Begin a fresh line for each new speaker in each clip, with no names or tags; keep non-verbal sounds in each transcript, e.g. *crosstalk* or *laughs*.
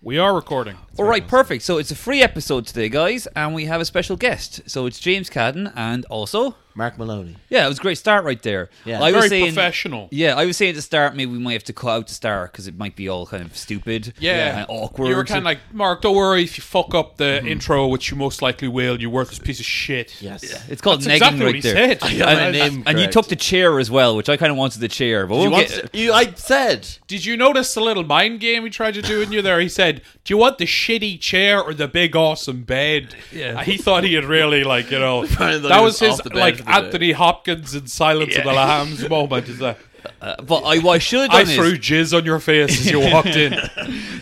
We are recording.
All right, perfect. So it's a free episode today, guys, and we have a special guest. So it's James Cadden and also
Mark Maloney.
yeah, it was a great start right there.
Yeah.
I
Very
was saying,
professional.
Yeah, I was saying at the start maybe we might have to cut out the star because it might be all kind of stupid,
Yeah.
and awkward.
You were kind of like, Mark, don't worry if you fuck up the intro, which you most likely will, you worthless piece of shit.
Yes.
it's called
That's
negging
exactly
right
what he
there.
said.
got my name
*laughs* And you
correct.
took the chair as well, which I kind of wanted the chair, but
You
we'll
want
get.
to, you, I said.
Did you notice the little mind game he tried to do in you there? He said, "Do you want the shitty chair or the big awesome bed?" Yeah, he thought he had really like you
*laughs*
know
Probably thought
that
he
was
was
his
off the bed
like
for the day.
Anthony Hopkins in Silence of the Lambs moment. Is
*laughs*
that
but uh, I, what I should have done
I
is
threw jizz on your face
*laughs*
as you walked in?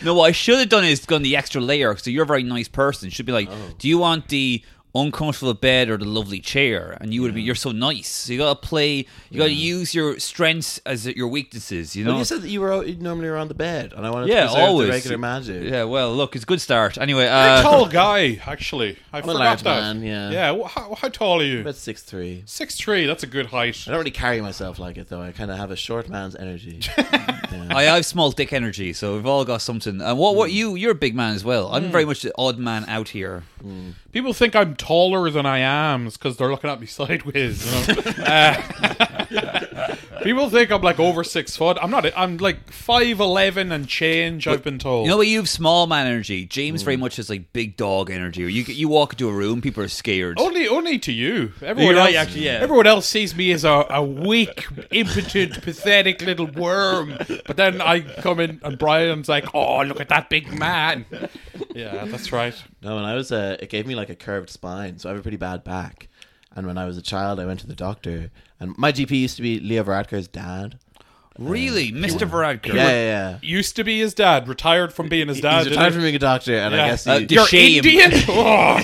No, what I should have done is gone the extra layer. So you're a very nice person. Should be like,
Oh.
do you want the uncomfortable bed or the lovely chair? And you would be, you're so nice. So you gotta play. You gotta use your strengths as your weaknesses. You know.
Well, you said that you were o- normally around the bed, and I wanted
yeah,
to preserve
always
the regular magic.
Yeah, well, look, it's a good start. Anyway,
You're a
uh,
tall guy, actually. I
a
forgot
large
that.
man, yeah.
yeah. wh- How, how tall are you?
About six three.
Six three. That's a good height.
I don't really carry myself like it though. I kind of have a short man's
*laughs*
energy.
I have small dick energy, so we've all got something. And what,
Hmm.
what you? You're a big man as well. I'm very much the odd man out here.
People think I'm taller than I am because they're looking at me *laughs* sideways. You know? Uh, *laughs* people think I'm like over six foot. I'm not. I'm like five eleven and change. I've been told.
You
Oh.
know what? You have small man energy. James
Hmm.
very much has like big dog energy. You you walk into a room, people are scared.
Oh,
only, only to you. Everyone
You're
else,
right, actually, yeah.
Everyone else sees me as a, a weak, impotent, pathetic little worm. But then I come in, and Brian's like, "Oh, look at that big man." Yeah, that's right.
no, when I was uh, it gave me like a curved spine, so I have a pretty bad back. And when I was a child, I went to the doctor, and my GP used to be Leo Varadkar's dad.
Really, Mr. Varadkar.
Yeah, yeah. yeah.
Used to be his dad, retired from being his
Ah,
dad.
He's
didn't
retired
he?
from being a doctor, and
Yeah.
I guess he,
Uh,
You're *laughs*
Shame.
Indian. Oh.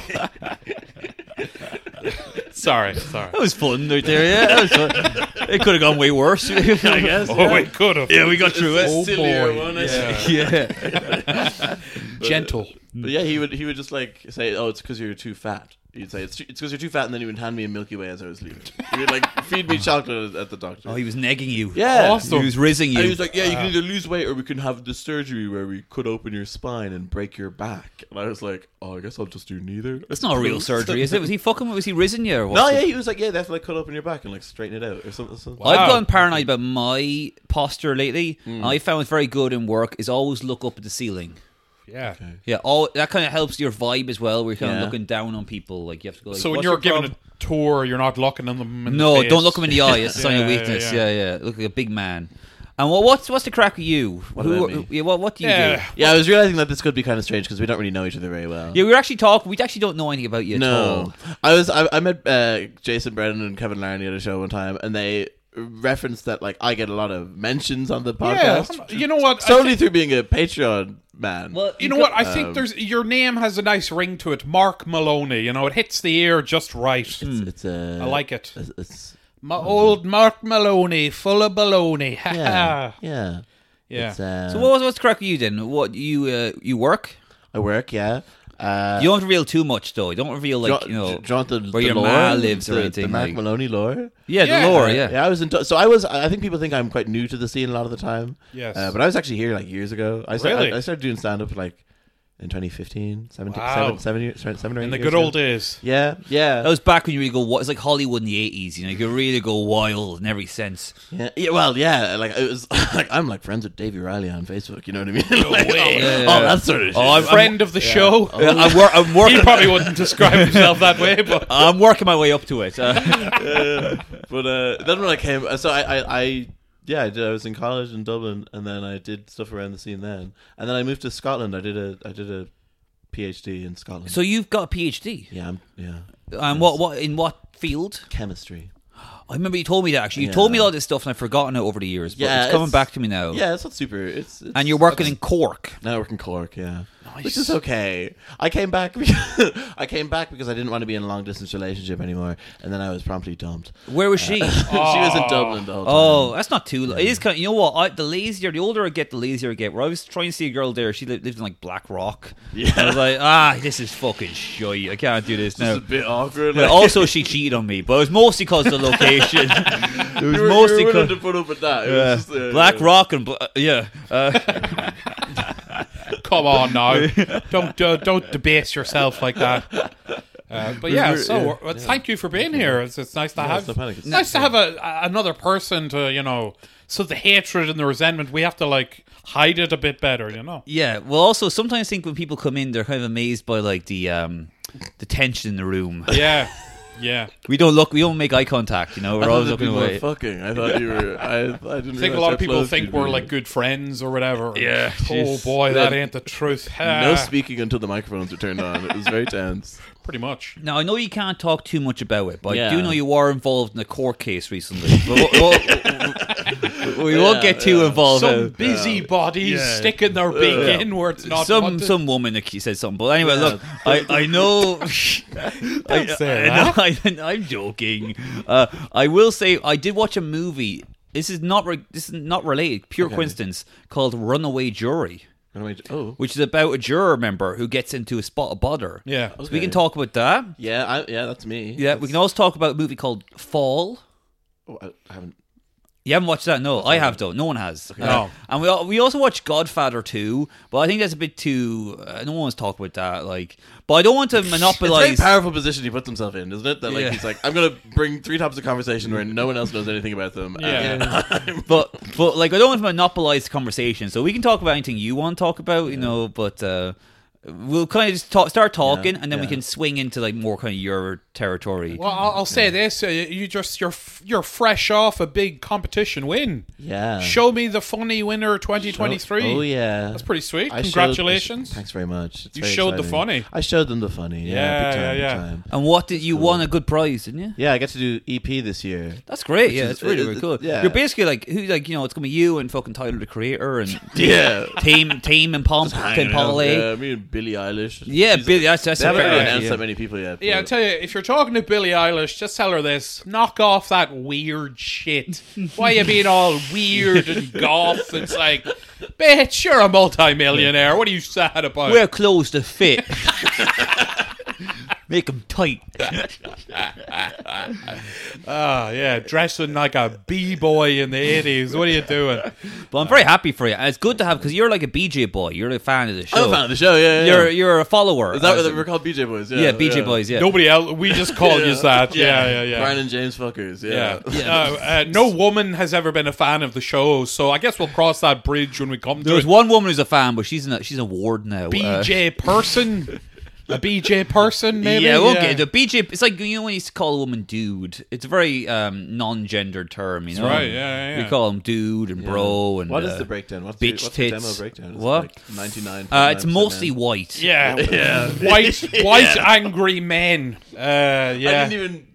*laughs* sorry, sorry. *laughs*
That was fun right there. Yeah, that was *laughs* fun. it could have gone way worse. I guess.
Oh, it could have.
Yeah, we got through it.
Oh boy.
yeah.
*laughs* Yeah.
Gentle.
But yeah, he would he would just like say, "Oh, it's because you're too fat." He'd say, "It's because you're too fat," and then he would hand me a Milky Way as I was leaving. He would like feed me chocolate at the doctor.
Oh, he was negging you.
yeah.
Awesome.
He was rizzing
And
you. uh,
he was like, "Yeah, you can either lose weight or we can have the surgery where we cut open your spine and break your back." And I was like, "Oh, I guess I'll just do neither."
That's not a
*laughs*
real surgery, is it? Was he fucking? Was he rizzing you or what?
No, yeah, he was like, "Yeah, definitely cut open your back and like straighten it out or something." something.
Wow.
I've gone paranoid about my posture lately. I found very good in work is always look up at the ceiling.
Yeah.
Yeah, all that kind of helps your vibe as well. Where you're kind
Yeah.
of looking down on people, like you have to go. Like,
So when
"What's
you're
your
giving
problem?"
a tour, you're not looking at them. In
no,
the
don't look him in the eye. It's a sign
Yeah,
of
yeah,
weakness.
yeah.
Yeah, yeah, Look like a big man. And well, what's what's the crack with you?
about
Who,
me?
yeah, what, what do you do?
Yeah.
Yeah, I was realizing that this could be kind of strange because we don't really know each other very well.
Yeah, we were actually talking. We actually don't know anything about you at all.
No, I was I, I met uh, Jason Brennan and Kevin Larney at a show one time, and they referenced that like I get a lot of mentions on the
Yeah.
podcast.
You know what? I
solely
think-
through being a Patreon man.
Well,
you know what? I
Um,
think there's your name has a nice ring to it, Mark Maloney. You know, it hits the ear just right.
it's, it's uh,
I like it.
It's, it's-
My old Mark Maloney, full of baloney. *laughs*
yeah, yeah.
Yeah.
It's, uh,
Ah. So what was what's the crack with you then? What you uh, you work?
I work. Yeah. Uh,
You don't reveal too much though. You don't reveal like
do
you know.
do you want the,
where
the
your
lore?
ma lives or
The-
anything,
The Mark
like-
Maloney lore.
yeah,
Yeah.
the lore. Yeah.
*laughs* Yeah, I was in. so I was. I think people think I'm quite new to the scene a lot of the time.
Yes.
Uh, but I was actually here like years ago. I started,
Really?
I, I started doing stand up like in 2015, 17,
Wow.
seven, seven, years, seven, seven or eight
In the
years
good old
ago.
days. Oh.
Yeah, yeah.
That was back when you really go. wi- It's like Hollywood in the eighties. You know, you could really go wild in every sense.
yeah, yeah. Well, yeah. Like it was. *laughs* Like I'm like friends with Davey Riley on Facebook. You know what I mean? *laughs* like, oh,
way.
Yeah,
oh,
yeah.
that sort of shit.
Oh, I'm, I'm,
Friend of the show.
yeah, I'm, wor- I'm working.
He probably wouldn't describe himself that way, but
I'm working my way up to it. Uh, *laughs*
but uh, then when I came, so I, I, I yeah, I, did, I was in college in Dublin, and then I did stuff around the scene then, and then I moved to Scotland. I did a, I did a PhD in Scotland.
so you've got a PhD.
yeah, I'm, yeah,
And what what in what field?
chemistry.
I remember you told me that actually. You
Yeah.
told me all this stuff and I've forgotten it over the years. But
Yeah,
it's coming
it's-
back to me now.
Yeah, it's not super. It's, it's
And you're working in Cork.
now I work in Cork, yeah, which is okay. I came back *laughs* because I came back because I didn't want to be in a long distance relationship anymore, and then I was promptly dumped. *laughs*
Where
*laughs*
was she?
she was in Dublin the whole time.
Oh, that's not too. It is kind. Of, you know what? I, the lazier, the older I get, the lazier I get. Where I was trying to see a girl there, she li- lived in like Black Rock. Yeah, I was like, ah, this is fucking shite. I can't do
*laughs*
this
it's
now.
a bit awkward.
But
like-
also, she cheated on me, but it was mostly because of the location. it was
*laughs* you were,
mostly
you were willing to
because
put up with that. It was just, uh,
Black Rock and Bla- yeah. Uh,
come on now. Don't uh, don't debase yourself like that. Uh, but yeah,
we're-
so
yeah,
uh, thank you for being here. It's, it's nice to have
it's no panic. It's
nice to have a, a- another person to you know. So the hatred and the resentment, we have to like hide it a bit better, you know.
Yeah. Well, also sometimes I think when people come in, they're kind of amazed by like the um the tension in the
*laughs*
room.
Yeah, yeah.
We don't look. We don't make eye contact. You know,
I
we're
thought
always
that
looking
people were
away.
Fucking, I thought you were. I, *laughs* I didn't.
I think a lot of people think we're like good friends or whatever.
Yeah,
Oh
jeez.
boy, that
Yeah.
ain't the truth.
No
Ah,
speaking until the microphones are turned on. It was
*laughs*
very tense.
pretty much.
Now I know you can't talk too much about it, but I
Yeah.
do know you were involved in a court case recently. *laughs* But we- we- we- we won't get too involved.
Some busybodies
uh, Yeah.
sticking their beak
Yeah.
in where it's not.
some
wanted.
some woman ac- said something. But anyway, look, I,
*laughs*
I know. I,
say
I, know *laughs* I, am joking. Uh, I will say I did watch a movie. This is not re- this is not related. Pure coincidence. Called Runaway Jury,
And I'm like, oh,
which is about a juror member who gets into a spot of bother.
Yeah.
So we
Okay.
can talk about that.
yeah, I, yeah, that's me.
Yeah, we can also talk about a movie called Fall.
Oh, I I haven't.
You haven't watched that? No, I have though. No one has. Uh,
No.
And we al- we also watched Godfather 2, but I think that's a bit too. Uh, no one's talked about that. Like, but I don't want to
*laughs* It's a very
monopolize.
powerful position he puts himself in, isn't it? That like
Yeah.
he's like, I'm gonna bring three topics of conversation where no one else knows anything about them. and *laughs*
Yeah.
but but like I don't want to monopolize the conversation. So we can talk about anything you want to talk about, you know. But uh, we'll kind of just talk, start talking, and then we
yeah.
can swing into like more kind of your territory.
Well, I'll, I'll say this: uh, you just you're f- you're fresh off a big competition win.
Yeah.
Show me the funny winner 2023.
Oh yeah.
that's pretty sweet.
I showed-
Congratulations.
thanks very much. It's
You
very
showed the
exciting.
funny.
I showed them the funny. Yeah,
Yeah,
big time,
yeah, yeah.
Big time.
And what did you won a good prize, didn't you?
Yeah, I get to do EP this year.
That's great. yeah,
is-
it's really,
it-
really
it-
cool.
yeah.
You're basically like who like you know it's gonna be you and fucking Tyler the Creator
*laughs*
and
*laughs* Yeah.
Tame Tame and Pom Pim
Hanging out.
Polly.
Yeah, me and Billie Eilish.
Yeah,
She's-
Billy. That's that's
They
a
haven't
fair
really
idea.
announced that many people yet.
Yeah, I
but-
tell you, if you're talking to Billie Eilish, just tell her this: knock off that weird
*laughs*
shit. Why you being all weird and goth? It's like, bitch, you're a multimillionaire. What are you sad about?
Wear clothes to
*laughs*
fit. *laughs* Make them tight.
Ah, yeah, dressing like a b boy in the eighties. What are you doing?
But I'm very happy for you, and it's good to have because you're like a BJ boy. You're a fan of the show.
I'm a fan of the show. Yeah, yeah.
You're
yeah.
you're a follower.
Is that what
as
they
a-
were called? BJ Boys. Yeah,
Yeah, BJ boys. Yeah.
Nobody else. We just called you
*laughs*
that. Yeah, yeah, yeah.
Brian and James fuckers.
Yeah.
Yeah.
*laughs*
No, uh, no woman has ever been a fan of the show, so I guess we'll cross that bridge when we come
There
to
was
it.
one woman who's a fan, but she's in a, she's a ward now. Uh,
BJ person, a BJ
*laughs*
person, maybe.
yeah, okay. The BJ, it's like you know when you used to call a woman dude. It's a very um, non-gendered term, you know.
right, yeah, yeah, yeah.
We call him dude and bro and
What is
uh,
the breakdown? What's,
bitch
the, what's the
tits.
demo breakdown? Is it
What?
Like Ninety-nine.
Uh, it's mostly white. *laughs*
yeah, white, white, angry men. Uh,
I
yeah,
didn't even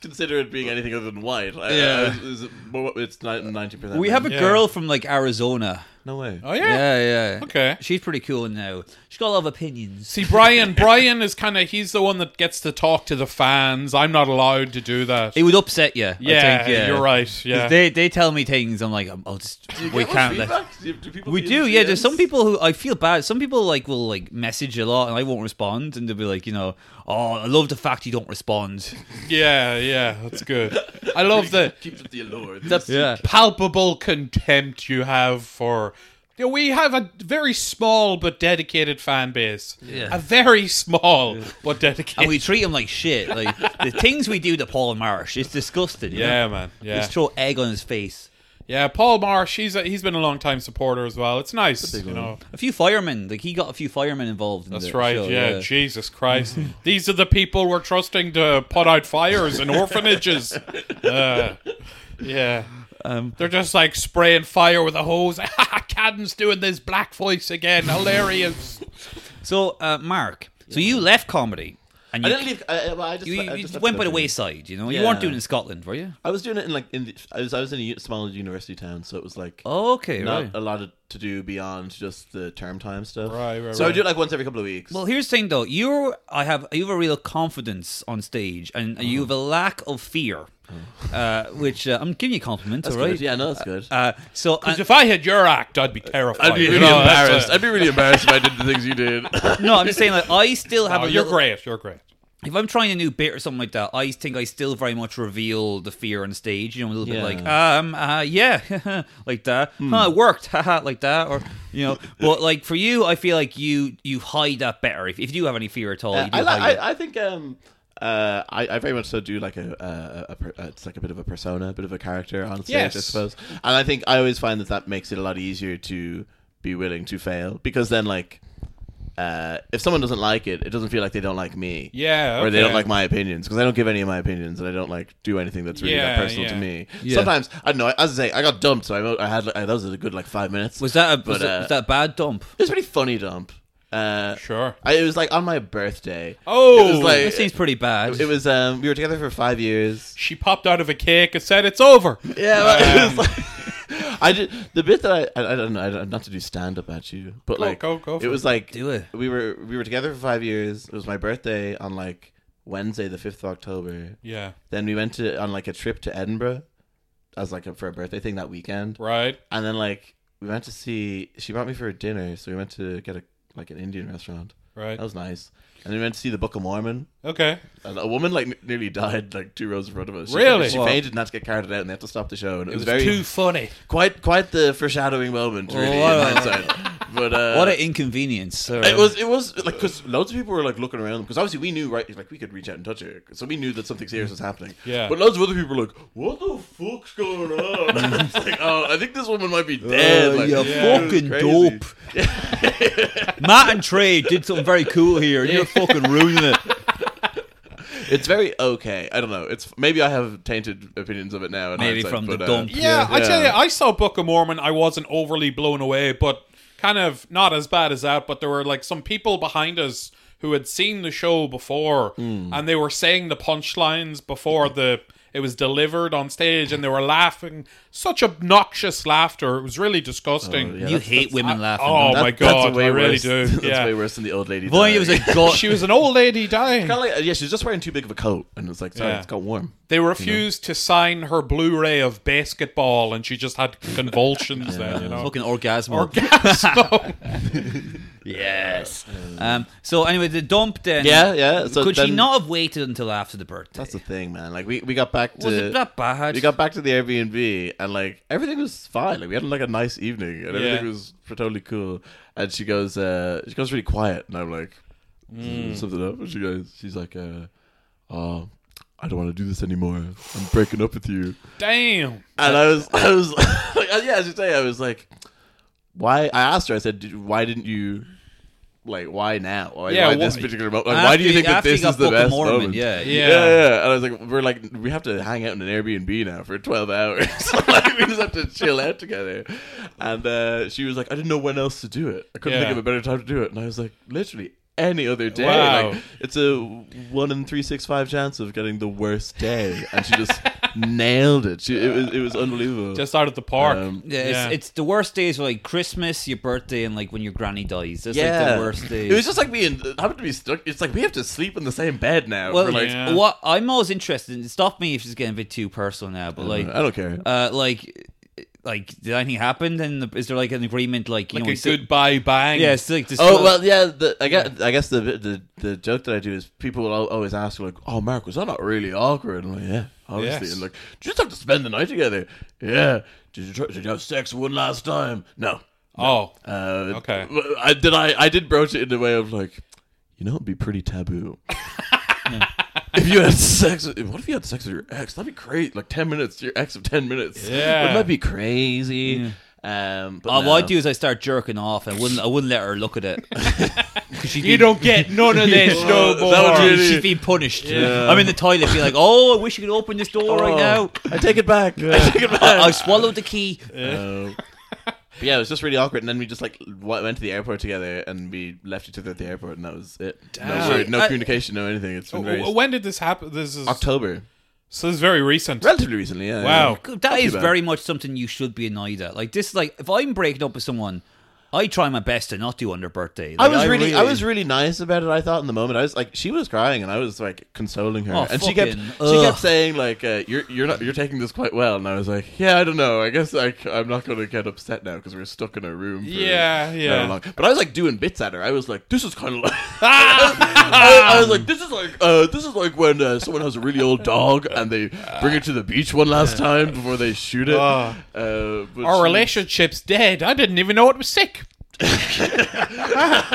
consider it being anything other than white. I,
Yeah.
I, was- it was more- it's ninety percent.
We have a
Yeah.
girl from like Arizona.
no way.
oh yeah.
Yeah, yeah.
Okay.
She's pretty cool now. She's got a lot of opinions.
See, Brian, Brian is kind of he's the one that gets to talk to the fans. I'm not allowed to do that.
It would upset you. I
yeah,
think, yeah,
you're right. Yeah,
They they tell me things. I'm like, I'll just
Do you
we
get much
can't. let-
feedback? Do you- do people
We
feed you
do, yeah.
DMs?
There's some people who I feel bad. Some people like will like message a lot, and I won't respond, and they'll be like, you know, oh, I love the fact you don't respond.
yeah, yeah. That's good. I love the
keeps the allure.
Yeah.
*laughs*
palpable contempt you have for. You know, we have a very small but dedicated fan base.
Yeah.
A very small but dedicated.
And we treat them like shit. Like the things we do to Paul Marsh, it's disgusting. you
yeah,
know?
man. Yeah,
Just throw egg on his face.
yeah. Paul Marsh, he's a, he's been a long time supporter as well. It's nice, you know.
A few firemen, like he got a few firemen involved. In
That's
the
right.
show,
yeah, Jesus Christ,
*laughs*
these are the people we're trusting to put out fires in
*laughs*
orphanages. Uh, yeah.
Um,
They're just like spraying fire with a hose. *laughs* Cadden's doing this black voice again. Hilarious.
So, uh, Mark, so you left comedy, and
I
you
didn't leave. I, I- well, I just,
you,
I
you
just left
went by the
country.
wayside. You know, you
Yeah.
weren't doing it in Scotland, were you?
I was doing it in like in the, I was I was in a u- small university town, so it was like
Oh, Okay,
not
right.
a lot of, to do beyond just the term time stuff.
Right, right,
So I
right.
do it like once every couple of weeks.
Well, here's the thing, though. You, I have, you have a real confidence on stage, and
Uh-huh.
you have a lack of fear, uh, which uh, I'm giving you compliments,
That's
all right?
good. Yeah, no, that's good.
Uh, so, and-
if I had your act, I'd be terrified.
I'd be
You
really
know, that's
embarrassed.
a-
*laughs*
I'd be really embarrassed if I did the things you did.
no, I'm just saying, like, I still have
Oh,
a
you're
little,
great. You're great.
if I'm trying a new bit or something like that, I think I still very much reveal the fear on stage. You know, a little
Yeah. Hmm.
bit like, um, uh, yeah, *laughs* like that. Huh, it worked, *laughs* haha, like that, or you
*laughs*
know. but like for you, I feel like you you hide that better. If, if you do have any fear at all,
Uh,
you do
I, li-
hide it.
I, I think um, uh, I, I very much so do like a, a, a, per- uh, it's like a bit of a persona, a bit of a character on stage, I
Yes.
suppose. And I think I always find that that makes it a lot easier to be willing to fail because then like. Uh, if someone doesn't like it, it doesn't feel like they don't like me.
Yeah,
Or they don't
okay.
like my opinions because I don't give any of my opinions and I don't like do anything that's really
Yeah,
that personal to
yeah.
me.
Yeah.
Sometimes I don't know. As I say, I got dumped, so I, I had like, that was a good like five minutes.
was that a,
But,
was, that,
uh,
was that a bad dump?
it was a pretty funny dump. Uh,
Sure.
I, it was like on my birthday.
Oh!
it was
That
like
seems pretty bad.
it was. Um, we were together for five years.
She popped out of a cake and said, "It's over."
Yeah, but it *laughs*
Um,
was like. I did the bit that I I, I don't know I don't, not to do stand up at you, but
Go,
like
go, go for
it was like
Do it.
we were we were together for five years. It was my birthday on like Wednesday the fifth of October.
Yeah.
Then we went to on like a trip to Edinburgh as like a, for a birthday thing that weekend.
Right.
And then like we went to see she brought me for a dinner, so we went to get a like an Indian restaurant.
Right.
That was nice. And then we went to see the Book of Mormon.
Okay.
And a woman like n- nearly died like two rows in front of us. She-
Really?
She,
Wow.
fainted and had to get carted out, and they had to stop the show. And it,
It
was,
was
very
too funny.
quite quite the foreshadowing moment, really. in
What a-
hindsight. But uh,
what an inconvenience.
it was it was like because loads of people were like looking around because obviously we knew right like we could reach out and touch her so we knew that something serious was happening
Yeah.
but loads of other people were like what the fuck's going on *laughs* it's like oh I think this woman might be dead like,
you're
yeah,
Oh, fucking
crazy.
dope.
*laughs*
Matt and Trey did something very cool here. and You're fucking ruining it.
it's very okay I don't know it's maybe I have tainted opinions of it now in
Maybe
hindsight,
from the
but, uh,
dump.
Yeah, I tell you,
Yeah.
I saw Book of Mormon. I wasn't overly blown away, but kind of not as bad as that. But there were like some people behind us who had seen the show before,
Hmm.
and they were saying the punchlines before the it was delivered on stage, and they were laughing such obnoxious laughter. It was really disgusting.
Oh, yeah.
you
that's-
hate women laughing.
oh,
don't you?
my God, I really
worse.
do,
*laughs* That's
yeah.
way worse than the old lady.
If only it was
*laughs*
a god.
She was an old lady dying.
kind of like yeah, she's just wearing too big of a coat, and it's like sorry,
Yeah.
it's got warm.
They refused to sign her Blu-ray of Basketball, and she just had
*laughs*
convulsions. Then you know,
fucking orgasm.
Orgasmo.
yes. Um, so anyway, the dump then.
Yeah, yeah. So
could she
then-
not have waited until after the birthday?
That's the thing, man. Like we, we got back to
was it that bad?
we got back to the Airbnb and like everything was fine. Like we had like a nice evening and everything
Yeah.
was totally cool. And she goes, uh, she goes really quiet, and I'm like,
Mm.
something up. And she goes, she's like, uh, oh, I don't want to do this anymore. I'm breaking up with you.
Damn.
And I
*laughs*
was, I was, *laughs* like, yeah, as you say, I was like, why? I asked her. I said, "Did- why didn't you? Like, why now? Why,
Yeah,
why
wh-
this particular moment? Like,
After
why do you
you-
think that
after you
this
got
is the
Book of
best
Mormon,
moment?
yeah,
yeah.
yeah, yeah. And I was like, we're like, we have to hang out in an Airbnb now for twelve hours. *laughs* like, we just have to chill out together. And uh, she was like, I didn't know when else to do it. I couldn't
Yeah.
think of a better time to do it. And I was like, literally. Any other day,
Wow.
like it's a one in three six five chance of getting the worst day, and she just nailed it. She, it was it was unbelievable.
Just out of the park.
Um,
Yeah, it's,
Yeah.
it's the worst days are like Christmas, your birthday, and like when your granny dies. That's like the worst days.
It was just like being happened to be stuck. It's like we have to sleep in the same bed now.
well,
for like,
yeah.
what I'm always interested in. Stop me if it's getting a bit too personal now, but like,
I don't care.
uh, like, like, did anything happen? And is there like an agreement? Like, you
like
know,
a
we sit-
goodbye bang.
Yeah, it's like this.
Oh well, yeah. The, I guess I guess the, the the joke that I do is people will al- always ask like, "Oh, Mark, was that not really awkward?" And I'm like, "Yeah, obviously."
Yes.
And like, "Did you just have to spend the night together?" Yeah. Did you try, did you have sex one last time? No.
Oh.
Uh,
Okay.
well, I did. I I did broach it in a way of like, you know, it'd be
*laughs*
pretty taboo. *laughs* if you had sex, with, what if you had sex with your ex? That'd be crazy. Like ten minutes, your ex of ten minutes.
Yeah.
wouldn't that be crazy? Um, but
Uh,
no.
What I do is I start jerking off. I wouldn't. I wouldn't let her look
*laughs*
at it. 'Cause she'd be-
You don't get none of
*laughs*
this no
That
more.
would really-
She's being punished. I'm in the toilet, be like, "Oh, I wish you could open this door right
Oh. *laughs*
now."
Oh. I take it back. I take it back.
I, I swallowed the key.
*laughs*
Um, but yeah, it was just really awkward. And then we just like w- went to the airport together, and we left each other at the airport, and that was it. No,
Damn. Oh,
word, no
I-
communication, no anything. It's been very
W- When did this happen? This is
October,
so. This is very recent.
relatively recently. Yeah.
Wow.
yeah.
That
too
is
bad.
very much something you should be annoyed at. Like this, like if I'm breaking up with someone, I try my best to not do on their birthday.
I
Like,
was
*laughs*
really, I was really nice about it. I thought in the moment, I was like, she was crying, and I was like consoling her,
Oh,
and she kept,
fucking-
she
ugh.
kept saying like, uh, "You're, you're not, you're taking this quite well," and I was like, "Yeah, I don't know. I guess like I'm not going to get upset now because we're stuck in a room." For
Yeah,
however
yeah.
long." But I was like doing bits at her. I was like, "This is kind of like,"
*laughs*
Ah!
I, I was like, "This is like, uh, this is like when uh, someone has a really old dog and they bring it to the beach one last time before they shoot it."
Ah.
Uh, but
Our
she-
relationship's dead. I didn't even know it was sick.
uh,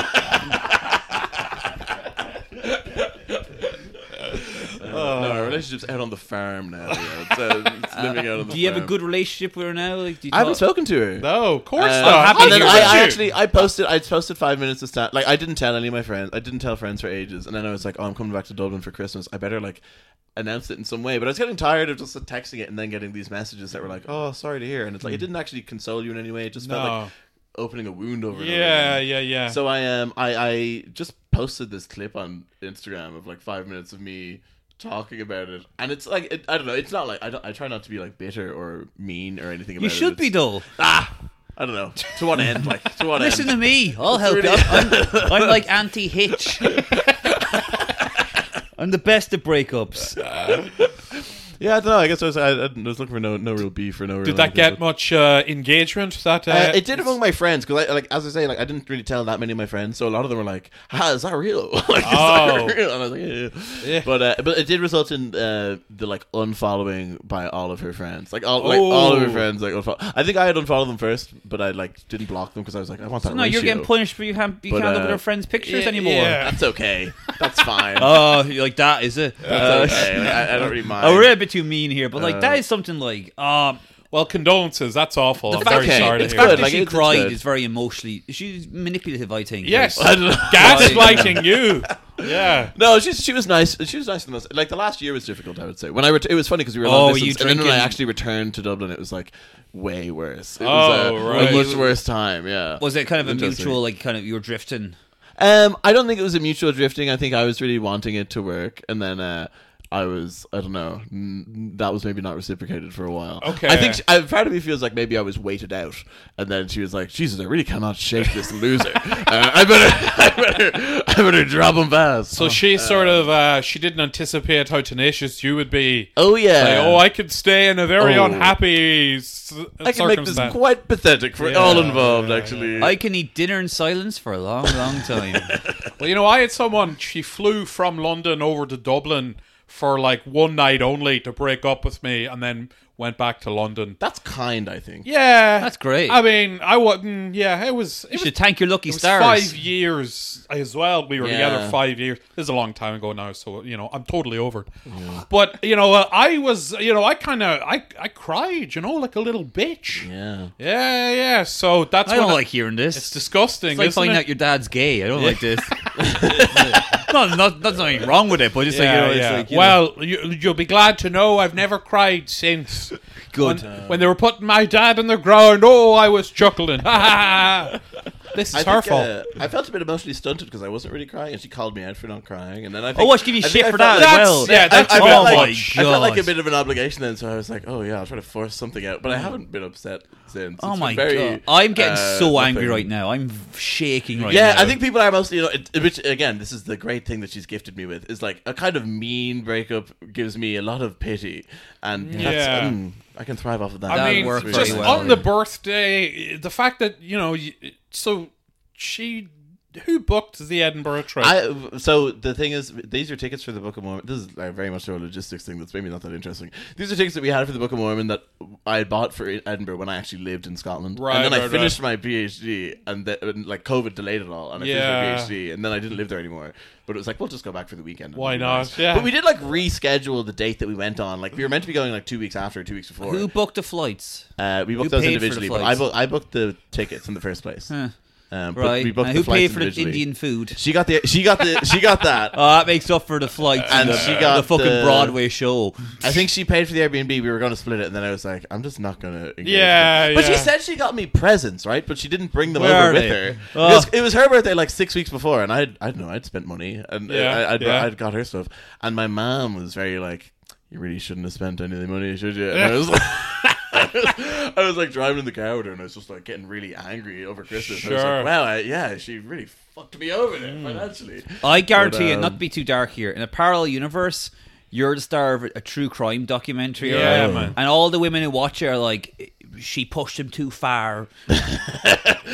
no,
Ah.
our relationship's out on the farm now. yeah. It's, uh, it's living out on the
Do you have a
farm.
good relationship with her now? Like, do you
I haven't
talk-
spoken to her.
No, of course
Uh,
not.
happy
How
and then
did
New
I,
Year.
you?
I actually I posted I posted five minutes of stand like I didn't tell any of my friends I didn't tell friends for ages and then I was like oh I'm coming back to Dublin for Christmas I better like announce it in some way but I was getting tired of just texting it and then getting these messages that were like oh sorry to hear and it's like it didn't actually console you in any way it just felt
No.
like opening a wound over and over
Yeah,
again.
yeah, yeah.
so I um I I just posted this clip on Instagram of like five minutes of me talking about it and it's like it, I don't know it's not like I don't, I try not to be like bitter or mean or anything about
You
it
should
It's-
be though.
Ah, I don't know. To what end? Like to *laughs* what
Listen
end?
to me. *laughs* I'll help you. I'm, *laughs* I'm like anti *laughs* Hitch. I'm the best at breakups.
Yeah, I don't know. I guess I was, I, I was looking for no no real beef or no real.
Did that get much uh, engagement? That uh,
Uh, it did among my friends because, I, like, as I say, like I didn't really tell that many of my friends, so a lot of them were like, "Ah, is that real? *laughs* like, is
Oh.
that real?" And I was like, "Yeah." yeah."
Yeah.
But uh, but it did result in uh, the like unfollowing by all of her friends, like all like, all of her
Oh.
friends. Like, unfollow- I think I had unfollowed them first, but I like didn't block them because I was like, I want that.
No,
ratio.
you're getting punished, but you can't you
But,
can't look
uh,
at her friends' pictures
yeah,
anymore.
yeah.
That's okay. That's fine.
*laughs* Oh, you like that is it?
That's
Uh,
okay. Like, I, I don't really mind.
Oh, we're a bit too mean here, but like
Uh,
that is something like um,
well, condolences. That's awful.
the
I'm
fact,
very
Okay,
sorry to hear.
the fact
good,
that.
that
like,
she
it's
cried
good.
is very emotionally. She's manipulative, I think.
Yes,
Like,
*laughs* I don't know.
gaslighting
*laughs*
you. Yeah.
No, she she was nice. She was nice in most. Like the last year was difficult. I would say when I ret- it was funny because we were
Oh,
long
you
distance, and then when I
drinking-
actually returned to Dublin, it was like way worse. It
Oh,
was uh,
right.
a much worse time. Yeah,
was it kind of a
Interesting.
mutual like kind of you were drifting?
Um, I don't think it was a mutual drifting. I think I was really wanting it to work, and then uh, I was I don't know. n- That was maybe not reciprocated for a while.
Okay.
I think she, I, part of me feels like maybe I was waited out, and then she was like, "Jesus, I really cannot shake this
*laughs*
loser. uh, I better, *laughs* I better, I better drop him fast." Oh,
So she sort of uh, she didn't anticipate how tenacious you would be.
oh yeah.
Like, oh, I could stay in a very
Oh.
unhappy s-
I can make this
circumstance.
quite pathetic for all involved, actually.
I can eat dinner in silence for a long, long time.
well, you know, I had someone. She flew from London over to Dublin for like one night only to break up with me, and then went back to London.
That's kind, I think.
Yeah,
That's great.
I mean, I wouldn't. Yeah, it was. It
you
was,
should thank your lucky
it was
stars.
five years as well. We were
Yeah.
together five years. This is a long time ago now, so you know I'm totally over. it. But you know, uh, I was. You know, I kind of I I cried. You know, like a little bitch.
Yeah.
Yeah, yeah. So that's
I
when
don't like hearing this.
It's disgusting.
It's like
isn't
finding
it?
out your dad's gay. I don't like
*laughs*
this. *laughs* no, not, that's nothing wrong with it, but it's like, you know, it's like you know,
well, you, you'll be glad to know I've never cried since.
*laughs* Good. uh,
When, when they were putting my dad in the ground, oh, I was chuckling. *laughs* this is
I,
her
think,
fault.
uh, I felt a bit emotionally stunted because I wasn't really crying, and she called me out for not crying. And then I
oh,
think,
what? Give you
I think
shit
I
for that as
felt like-
That's-
well.
yeah,
I,
that's
I
oh
felt
my
like,
god!
I felt like a bit of an obligation then, so I was like, "Oh yeah, I'll try to force something out." But I haven't been upset since.
Oh
It's
my
been very,
god! I'm getting
uh,
so angry
nothing.
right now. I'm shaking right now.
Yeah, I think people are mostly, you know, it, which again, this is the great thing that she's gifted me with is like a kind of mean breakup gives me a lot of pity, and
Yeah.
that's, mm, I can thrive off of that.
I
That'd
mean,
work
It's
just
very well.
on the birthday, the fact that, you know, y- so she. Who booked the Edinburgh trip?
I so the thing is, these are tickets for the Book of Mormon. This is like very much a logistics thing that's maybe not that interesting. These are tickets that we had for the Book of Mormon that I had bought for Edinburgh when I actually lived in Scotland.
Right,
and then
right,
I finished my PhD, and, the, and like COVID delayed it all, and I
Yeah.
finished my PhD, and then I didn't live there anymore. But it was like we'll just go back for the weekend. and
Why
it'll be
not? Yeah.
But we did like reschedule the date that we went on. Like we were meant to be going like two weeks after, or two weeks before.
who booked the flights?
Uh, we booked
Who
those
paid for the
individually, but I,
flights?
book, I booked the tickets in the first place. Um, but
Right.
we booked
And
the
who
flights
paid for the
individually.
Indian food?
She got the she got the she got that.
Oh, that makes up for the flights and,
And
the,
she
the
got
fucking
the-
Broadway show.
I think she paid for the Airbnb. We were going to split it, and then I was like, I'm just not going to.
Yeah,
But she
yeah.
said she got me presents, right? But she didn't bring them
Where are
over with
they?
her.
Oh.
Because it was her birthday like six weeks before, and I I don't know I'd spent money and uh,
Yeah,
I, I'd,
yeah.
I'd got her stuff, and my mom was very like, you really shouldn't have spent any of the money, should you? And I was like. *laughs* I was like driving in the car with her, and I was just like getting really angry over Christmas. And I was
Sure.
like, wow, I, yeah, she really fucked me over there financially.
Mm.
I guarantee
But,
you, not
um,
to be too dark here. In a parallel universe, you're the star of a true crime documentary,
Yeah,
right?
man.
and all the women who watch it are like, "She pushed him too far."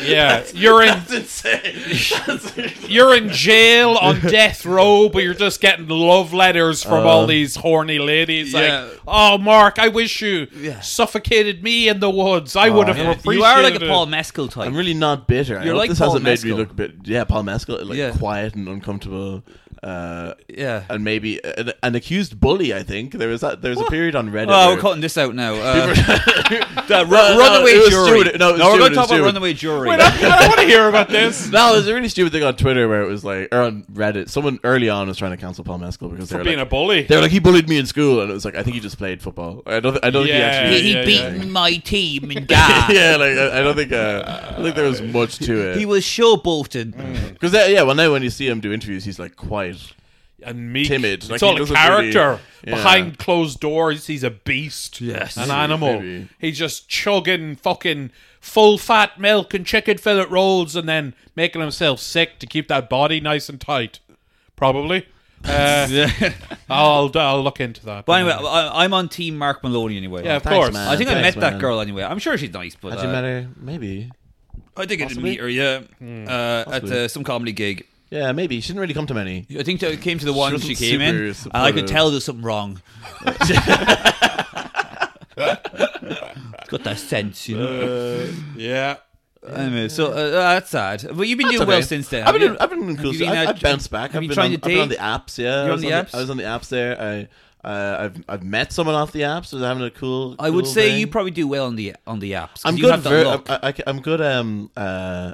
Yeah, you're
*laughs*
in
That's insane. *laughs*
*laughs*
That's-
you're in jail on death row, but you're just getting love letters from all these horny ladies.
Um, yeah.
Like, oh, Mark, I wish you
Yeah. Oh,
suffocated me in the woods. I would have appreciated.
you are like a
it."
Paul Mescal type.
I'm really not bitter. I
You're
hope
like
this
Paul
hasn't made
Mescal.
me look a bit. Yeah, Paul Mescal, like
Yeah.
quiet and uncomfortable, uh,
yeah.
and maybe an, an accused bully. I think there was that. There was a period on Reddit.
Oh,
where-
we're cutting this out now. Uh,
*laughs* no,
run,
no,
runaway
it was
jury.
Stewart. No, it
we're going to
was Stewart, it was
talk about
Stewart.
runaway jury.
Wait, I, I don't want to hear about
*laughs*
this.
No, there's a *laughs* really stupid thing on Twitter where it was like, or on Reddit, someone early on was trying to cancel Paul Mescal because they were
Being
like,
a bully.
they were like, he bullied me in school, and it was like, I think he just played football. I don't, I don't
Yeah,
think he
he
actually.
he
yeah,
beaten
yeah.
my team and God.
*laughs* yeah, like I, I don't think, uh, I don't think there was much to
He
it.
was showboating.
Because yeah, well now when you see him do interviews, he's like quiet.
and meek.
timid.
It's
Like, he
all a
doesn't
character.
really- yeah.
Behind closed doors, he's a beast.
Yes.
An
Maybe,
animal.
maybe.
He's just chugging fucking full fat milk and chicken fillet rolls and then making himself sick to keep that body nice and tight.
*laughs*
Probably. Uh, I'll, I'll look into that.
But anyway, I, I'm on team Mark Maloney anyway.
yeah, of
Thanks,
course.
man.
I think I met
Thanks,
that
man.
girl anyway. I'm sure she's nice, but
Had you
uh,
met her? Maybe.
I think I did meet her. Yeah,
Hmm,
uh, at uh, some comedy gig.
Yeah, maybe. She didn't really come to many.
I think I came to the one
wasn't
she came in,
super
and I could
supportive.
tell there's something
*laughs*
wrong. it's got that sense, you
Uh,
know.
Yeah.
Anyway, so uh, uh, that's sad. But you've been doing well
okay.
since then.
I've been,
haven't
doing- I've been doing cool
you
stuff.
been
I've,
out-
I've bounced back.
have
I've
you
been
tried
on,
to
I've been on
date?
the apps. Yeah,
You're
I
on
was
the apps?
I was on the apps there. I, uh, I've, I've met someone off the apps. I was having a cool.
I would
cool
say
thing.
you probably do well on the on the apps. 'cause
I'm
you
good.
Have that
Ver-
luck.
I, I, am good. Um. Uh.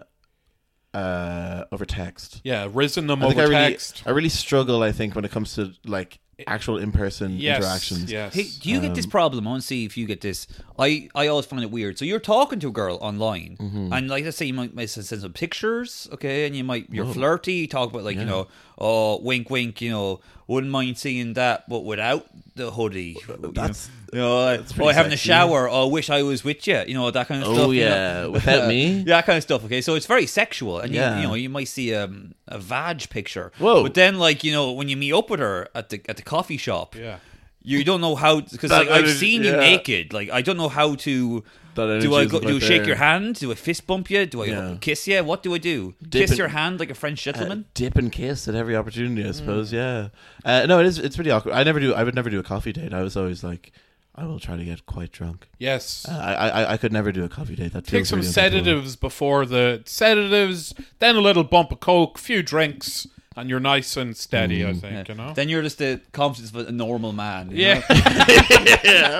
Uh. Over text.
Yeah. Risen them
I think
over
I really,
text.
I really struggle. I think when it comes to like actual in-person
Yes.
interactions.
Yes.
Hey, do you
Um,
get this problem? I want to see if you get this. I, I always find it weird. So you're talking to a girl online,
Mm-hmm.
and like let's say you might, might send send some pictures, okay, and you might
Oh.
you're flirty, you talk about like you know, oh wink wink, you know, wouldn't mind seeing that, but without the hoodie. you
that's-
know, you know, like,
pretty
oh, having a
sexy.
shower. Oh, wish I was with you. You know that kind of
Oh,
stuff. you know.
yeah, without me?
Yeah, *laughs* that kind of stuff. Okay, so it's very sexual, and
Yeah.
you, you know you might see um, a vag picture.
Whoa.
But then like you know when you meet up with her at the at the coffee shop.
Yeah.
You don't know how because
That
like, I've
energy-
seen you
yeah.
naked. Like I don't know how to.
That energy
Do I
isn't
go, do I
quite
shake
there.
your hand? Do I fist bump you? Do I
Yeah.
kiss you? What do I do?
Dip
kiss
it-
your hand like a French
Uh,
gentleman?
dip and kiss at every opportunity, I
Mm.
suppose. Yeah. Uh, no, it is. It's pretty awkward. I never do. I would never do a coffee date. I was always like, I will try to get quite drunk. Uh,
Yes.
I, I, I could never do a coffee date. That
Take
feels
some
really uncomfortable.
sedatives before the sedatives, then a little bump of coke, few drinks, and you're nice and steady.
Mm.
I think you know.
Then you're just the confidence of a normal man. you know?
yeah,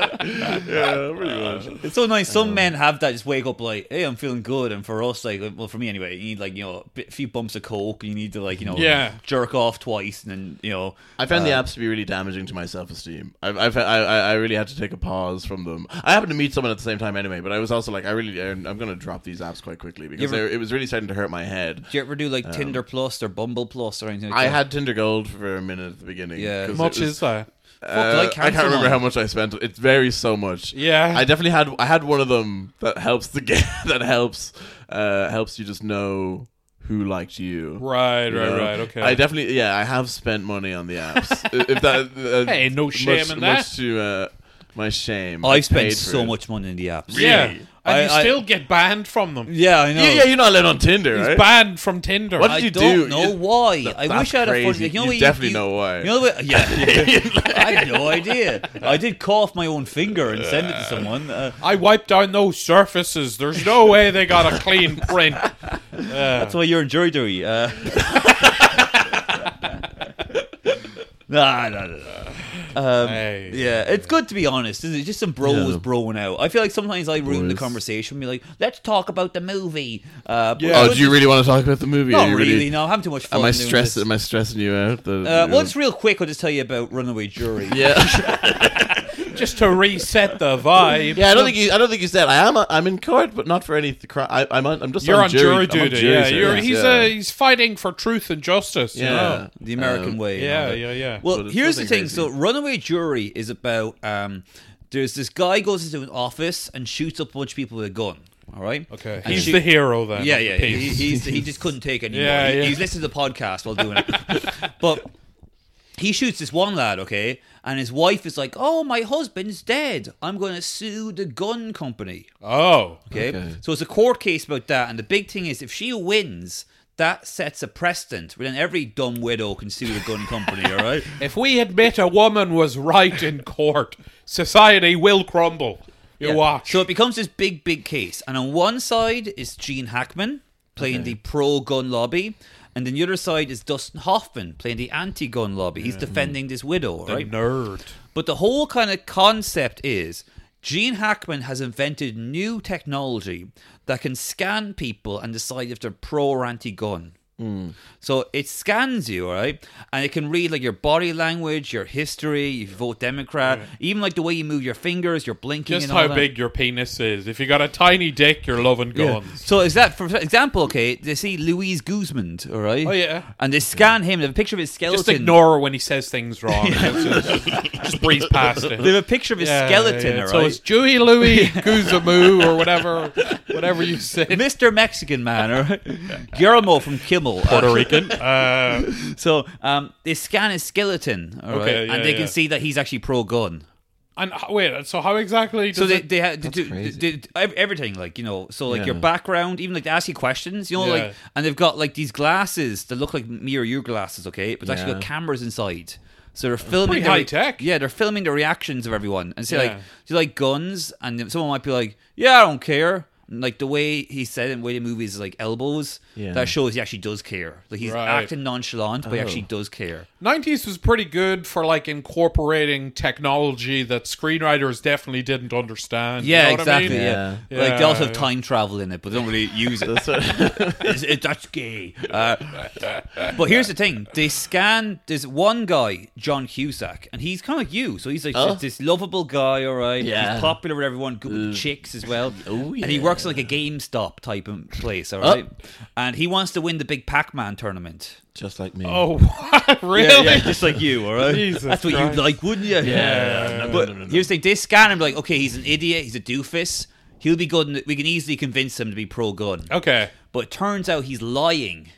it's so nice. Some men have that. Just wake up like, hey, I'm feeling good. And for us, like, well, for me anyway, you need like you know a bit- few bumps of coke. You need to like you know
Yeah.
jerk off twice and then you know
I found the
uh,
apps to be really damaging to my self esteem. I, I, fa- I, I- I really had to take a pause from them. I happened to meet someone at the same time anyway, but I was also like, I really, I'm, I'm going to drop these apps quite quickly because
ever-
they- it was really starting to hurt my head.
Do you ever do like Tinder Plus or Bumble Plus or anything? Like
Um, I
that?
had Tinder Gold for a minute at the beginning.
Yeah.
'cause it
much
was-
is that?
Fuck, like
Uh, I
cancel
can't remember
one.
how much I spent. It varies so much.
Yeah.
I definitely had I had one of them that helps the game *laughs* that helps uh helps you just know who liked you.
Right,
you
right,
know?
right. Okay.
I definitely yeah, I have spent money on
*laughs*
the apps. if that uh,
Hey, no shame
much,
in that.
Much to uh, my shame. I
I've spent
paid for
so
it.
much money in the apps.
yeah, and
I-
you
I-
still get banned from them.
Yeah, I know.
Yeah, yeah, you're not allowed on Tinder,
He's
right?
banned from Tinder.
What
I
did you
don't
do?
know
You-
why.
Th-
I
that's
wish I had a fun.
crazy.
Like, you know
You
what
definitely know why.
You know what? *laughs*
*laughs*
Yeah, I had no idea. I did cough my own finger and send it to someone. Uh,
I wiped down those surfaces. There's no way they got a clean print.
that's why you're in jury duty. Uh, *laughs* nah, nah, nah, nah. Um,
Hey.
Yeah, it's good to be honest. Isn't it? Just some bros
Yeah.
broing out. I feel like sometimes I ruin the
Bros.
conversation. Be like, let's talk about the movie. Uh, but
Yeah.
Oh, do you really want to talk about the movie? Are
Not
you
really. No, I'm having too much fun.
Am I
doing
stressed?
this.
Am I stressing you out? The-
Uh, well, just real quick, I'll just tell you about Runaway Jury.
yeah.
*laughs*
*laughs*
Just to reset the vibe.
Yeah, I don't think you. I don't think you said I am. I'm in court, but not for any th- crime. I- I'm. On, I'm just.
You're on
jury,
jury
I'm on
duty.
jury
yeah,
service,
you're, he's
yeah.
uh, he's fighting for truth and justice.
Yeah.
You know?
The
Uh,
American way. and all
yeah,
that.
yeah, yeah.
Well,
But it's
here's the
nothing
thing. So, Runaway Jury is about um, There's this guy goes into an office and shoots up a bunch of people with a gun. All right.
Okay.
And
He's
shoot-
the hero then.
yeah,
of the
yeah. He,
piece.
he's, he just couldn't take it anymore.
Yeah,
He-
yeah.
He's listening to the podcast while doing it. *laughs* but he shoots this one lad, okay? And his wife is like, oh, my husband's dead. I'm going to sue the gun company.
oh.
Okay?
Okay.
So it's a court case about that. And the big thing is, if she wins, that sets a precedent where then every dumb widow can sue the gun company, all right?
If we admit a woman was right in court, society will crumble. You
Yeah.
watch.
So it becomes this big, big case. And on one side is Gene Hackman playing the pro gun lobby. And then the other side is Dustin Hoffman playing the anti gun lobby. He's defending this widow,
Mm. the
right?
nerd.
But the whole kind of concept is Gene Hackman has invented new technology that can scan people and decide if they're pro or anti gun.
Mm.
So it scans you, all right? And it can read like your body language, your history, if you vote Democrat, even like the way you move your fingers, your blinking
Just
and all
how
that.
big your penis is. If you got a tiny dick, you're loving guns.
So is that, for example, okay, they see Louise Guzman, all right?
Oh, yeah.
And they scan him. They have a picture of his skeleton.
Just ignore her when he says things
*laughs*
wrong. Just, just breeze past it.
They have a picture of his
Yeah,
skeleton,
yeah,
all
So
right?
it's Dewey
*laughs*
Louis Kuzumu or whatever, whatever you say.
Mr. Mexican man, all right? Guillermo from Kimmel.
Puerto
Uh,
Rican. Uh,
so um, they scan his skeleton, all right?
Okay, yeah,
and they
yeah.
can see that he's actually pro-gun.
and h- wait, so how exactly? Does
So they
it,
they, ha- they do
crazy.
they- they- ev- everything like you know so like
Yeah.
your background even like they ask you questions you know
Yeah.
like and they've got like these glasses that look like me or your glasses okay but they've actually got
Yeah.
cameras inside so they're filming
pretty
the
high
re-
tech.
yeah they're filming the reactions of everyone and say like
Yeah.
do you like guns and then someone might be like yeah I don't care and, like the way he said it, and the way the movie is like elbows
Yeah.
that shows he actually does care like he's
Right.
acting nonchalant but he actually
Oh.
does care
90s was pretty good for like incorporating technology that screenwriters definitely didn't understand. You
yeah
know what I
exactly
mean?
yeah.
Yeah.
like they also have
Yeah.
time travel in it but they don't really use it *laughs*
That's what-
It's- it- that's gay. Uh, but here's the thing: they scan. There's one guy, John Cusack, and he's kind of like you. So he's like
Oh.
this- this lovable guy, all right.
Yeah. Uh,
He's popular with everyone, good with chicks as well.
Oh,
And he
yeah. Oh.
works in like a GameStop type of place, all right. And he wants to win the big Pac-Man tournament.
Just like me.
Oh, *laughs* what? really?
*laughs* just like you, all right.
Jesus
that's what
Christ.
you'd like, wouldn't you?
Yeah. No, no,
But
no, no, no.
here's the thing: they scan him like, okay, he's an idiot, he's a doofus. He'll be good. And we can easily convince him to be pro-gun.
Okay.
but it turns out he's lying.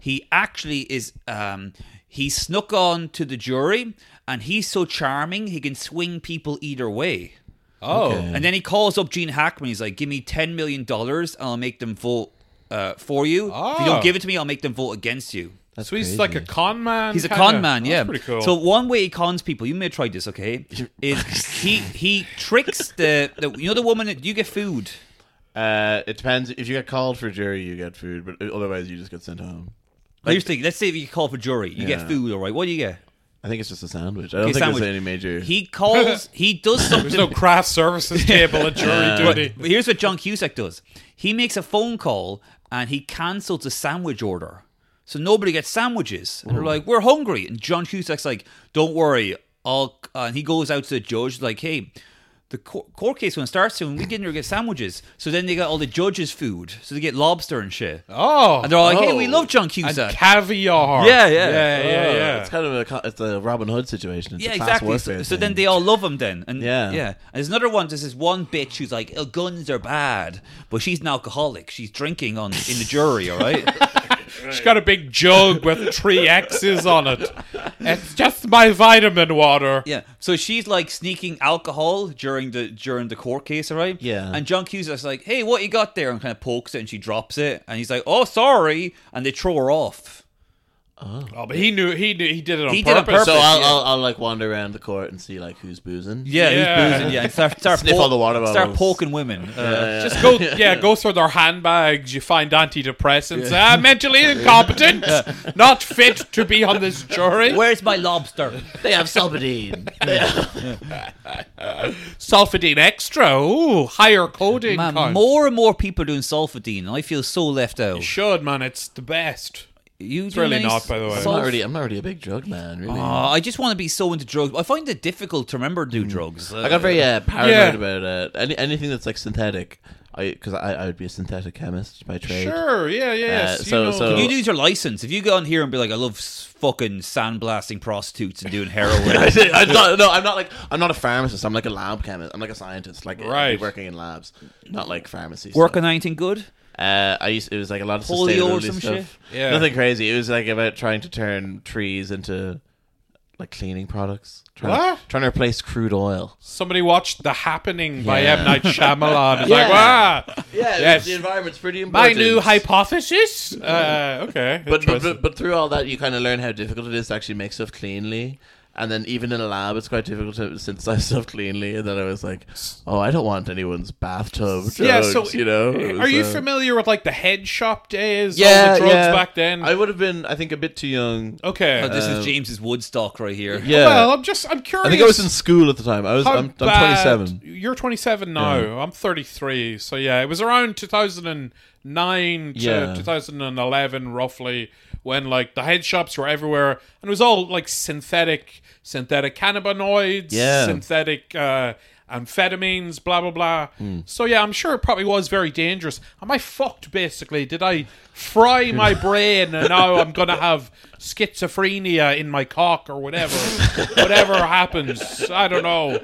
He actually is. Um, he snuck on to the jury, and he's so charming he can swing people either way.
Oh.
And then he calls up Gene Hackman. He's like, "Give me ten million dollars, and I'll make them vote uh, for you. If you
Ah.
don't give it to me, I'll make them vote against you."
That's
so he's
crazy.
like a con man.
He's a
kinda?
con man,
That's
yeah.
pretty cool.
So one way he cons people, you may have tried this, okay? Is he he tricks the, the you know the woman that you get food.
Uh, it depends. If you get called for jury, you get food, but uh, otherwise, you just get sent home.
I used to think, let's say if you call for jury, you
Yeah.
get food, all right? What do you get?
I think it's just a sandwich. I don't
Okay,
think
sandwich.
there's any major.
He calls. He
*laughs*
does
there's
something.
no craft
*laughs*
services table at jury
but,
duty.
but here's what John Cusack does. He makes a phone call and he cancels a sandwich order, so nobody gets sandwiches. And they're like, "We're hungry." And John Cusack's like, "Don't worry, I'll." Uh, and he goes out to the judge, like, "Hey." The cour- court case when it starts soon, we didn't get sandwiches. So then they got all the judges' food. So they get lobster and shit.
Oh.
And they're all like, hey,
Oh.
we love John
and
Cusack.
caviar.
Yeah, yeah.
yeah, yeah.
Oh,
yeah.
It's kind of a co- it's a Robin Hood situation. It's
Yeah,
a class
exactly.
warfare
So, so
thing.
then they all love him then, and yeah,
Yeah.
yeah. And there's another one. There's this one bitch who's like, oh, "Guns are bad," but she's an alcoholic. She's drinking on in the jury. All
*laughs*
right.
She's got a big jug with three X's on it. It's just my vitamin water.
yeah. So she's like sneaking alcohol during the during the court case. All right.
Yeah.
And John Cusack's like, "Hey, what you got there?" And kind of pokes it, and she drops it, and he's like, "Oh, sorry," and they throw her off.
Oh, but he knew he knew he did it on
He did it on
purpose.
purpose.
So I'll,
yeah.
I'll I'll like wander around the court and see like who's boozing.
Yeah,
Yeah.
he's boozing. Yeah, and
*laughs*
start, start
Sniff all the water
Start
bottles.
poking women. Uh,
Yeah.
Just
*laughs*
go, yeah, go through their handbags. You find antidepressants. Ah, mentally
*laughs*
incompetent, not fit to be on this jury.
Where's my lobster?
They have Salvadine.
*laughs*
Sulfidine extra, ooh, higher codeine
Man,
count.
more and more people are doing sulfadine, and I feel so left out.
Should man, it's the best.
You it's
really not, by the way.
I'm not really. I'm not really a big drug man. Really,
I just want to be so into drugs. I find it difficult to remember to do drugs.
I got very uh, paranoid
Yeah.
about uh, any, anything that's like synthetic. I because I I would be a synthetic chemist by trade.
Sure, yeah, yeah, yes.
Uh,
you
so-
know.
so-
You lose your license if you go on here and be like, "I love s- fucking sandblasting prostitutes and doing
*laughs* I
heroin."
did- I'm not, no, I'm not like I'm not a pharmacist. I'm like a lab chemist. I'm like a scientist, like
Right.
working in labs, not like pharmacies.
Work on anything good?
Uh, I used it was like a lot of
Polio or
sustainability
some
stuff.
shit?
Yeah.
nothing crazy. It was like about trying to turn trees into like cleaning products. Trying
What?
To, trying to replace crude oil.
Somebody watched The Happening by M. Night Shyamalan.
*laughs*
It's
Yeah.
like, wow,
Yeah,
Yes. the
the environment's pretty
my
important.
new hypothesis. Uh, okay,
But, but
interesting.
but but through all that, you kind of learn how difficult it is to actually make stuff cleanly. And then even in a lab, it's quite difficult to synthesize *laughs* stuff cleanly. And then I was like, oh, I don't want anyone's bathtub. Drugs,
yeah, so eh,
you know, It
are
was,
you
uh,
familiar with like the head shop days? all
Yeah,
the drugs
yeah.
back then.
I would have been, I think, a bit too young.
okay,
Oh, this
Um,
is James's Woodstock right here.
Yeah,
well, I'm just I'm curious.
uh, I think I was in school at the time. I was,
how
I'm, I'm
bad-
27.
You're 27 now. I'm 33. So yeah, it was around 2009 to
Yeah.
2011, roughly, when like the head shops were everywhere, and it was all like synthetic, synthetic cannabinoids,
Yeah.
synthetic. Uh, Amphetamines, blah blah blah.
Hmm.
So yeah, I'm sure it probably was very dangerous. Am I fucked? Basically, did I fry
*laughs*
my brain and now I'm gonna have schizophrenia in my cock or
*laughs*
whatever, whatever happens. I don't know.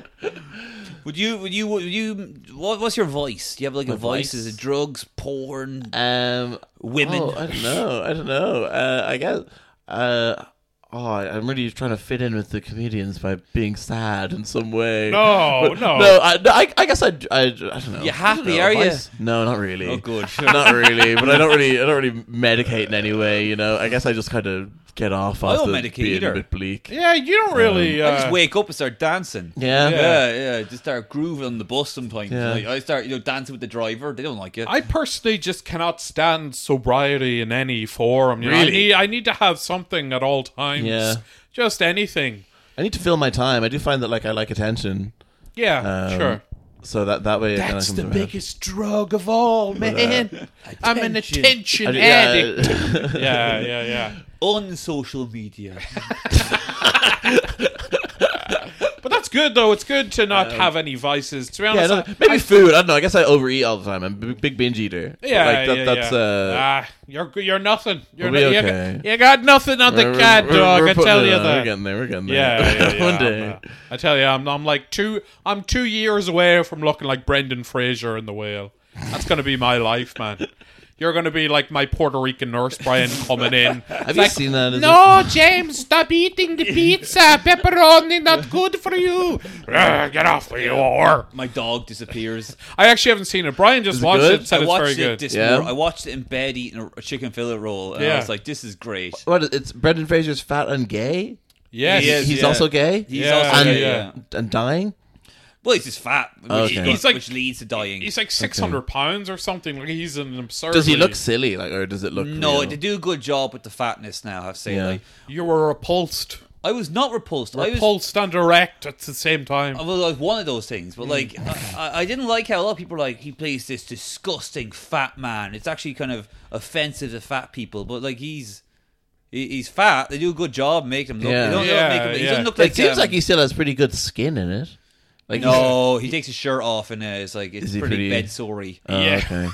Would you? Would you? Would you? What, what's your vice? Do you have like a vice?
vice?
Is it drugs, porn?
Um,
Women.
oh, I don't know. I don't know. Uh, I guess. Uh, oh, I- I'm really trying to fit in with the comedians by being sad in some way.
No,
But-
no.
no. I, no, I, I guess I, I, I don't know.
You
I don't
happy,
know.
are you?
Vice? No, not really.
Oh, good.
*laughs* not really. But I don't really, I don't really medicate in any way. You know, I guess I just kind of get off. I
don't medicate
being
either.
A bit bleak.
Yeah, you don't really.
I
uh,
just wake up and start dancing.
Yeah.
Yeah, yeah, just start grooving on the bus sometimes.
Yeah.
Like, I start, you know, dancing with the driver. They don't like it.
I personally just cannot stand sobriety in any form. You know, I
Really?
need I need to have something at all times.
Yeah.
Just anything.
I need to fill my time. I do find that like I like attention.
Yeah,
Um,
sure.
So that that way, it kinda
That's
comes
the
around.
biggest drug of all, man. I'm an
Attention.
attention
I do-
addict.
yeah. *laughs* uh,
Yeah, yeah, yeah.
on social media.
But that's good though. It's good to not have any vices. To be
Uh, Yeah,
honest,
no, maybe food. I don't know. I guess I overeat all the time. I'm a big, big binge eater.
Yeah,
like that,
yeah,
that's
yeah.
uh.
ah, you're you're nothing. You're
We'll be
no- you
okay.
got- You, got nothing on the
we're-
cat,
we're-
dog.
we're
I
putting
tell
it
you
on. We're
that.
getting there. We're getting there. *laughs*
Yeah, yeah, yeah.
one
I'm,
day.
uh, I tell you, I'm, I'm like two. I'm two years away from looking like Brendan Fraser in The Whale. That's gonna be my life, man. You're gonna be like my Puerto Rican nurse, Brian, coming in.
Have you seen that? Is
No, James, stop eating the pizza. Pepperoni not good for *laughs* you. Ugh, Uh, Get off with you, whore.
My dog disappears.
I actually haven't seen it. Brian just
it
watched
good?
it.
I
Said it's
watched
very
it
good.
this
Yeah.
mor- I watched it in bed eating a- a chicken fillet roll, and I
Yeah.
was like, "This is great."
It, what? It's Brendan Fraser's fat and gay.
yes,
He is,
He's
yeah.
also gay.
He's
Yeah,
also,
and,
yeah,
yeah,
yeah.
and dying.
Well, he's just fat, which,
Okay.
which-
He's like-
which leads to dying.
he's like 600 pounds or something. Like he's an absurd.
Does he look silly? Like, or does it look?
no,
real?
they do a good job with the fatness now. I have to say,
Yeah.
like,
You were repulsed.
I was not repulsed. I was
Repulsed and erect at the same time.
I was like one of those things, but like
Mm.
I, I- I didn't like how a lot of people are like he plays this disgusting fat man. It's actually kind of offensive to fat people, but like he's he- he's fat. They do a good job making him look.
Yeah.
They don't, they
Yeah,
don't make him, He
yeah.
doesn't look
It
like.
seems
um,
like he still has pretty good skin in it. Like
No, he takes his shirt off and uh, it's like it's
Is he
pretty,
pretty-
bed sorry.
Oh,
Yeah.
Okay.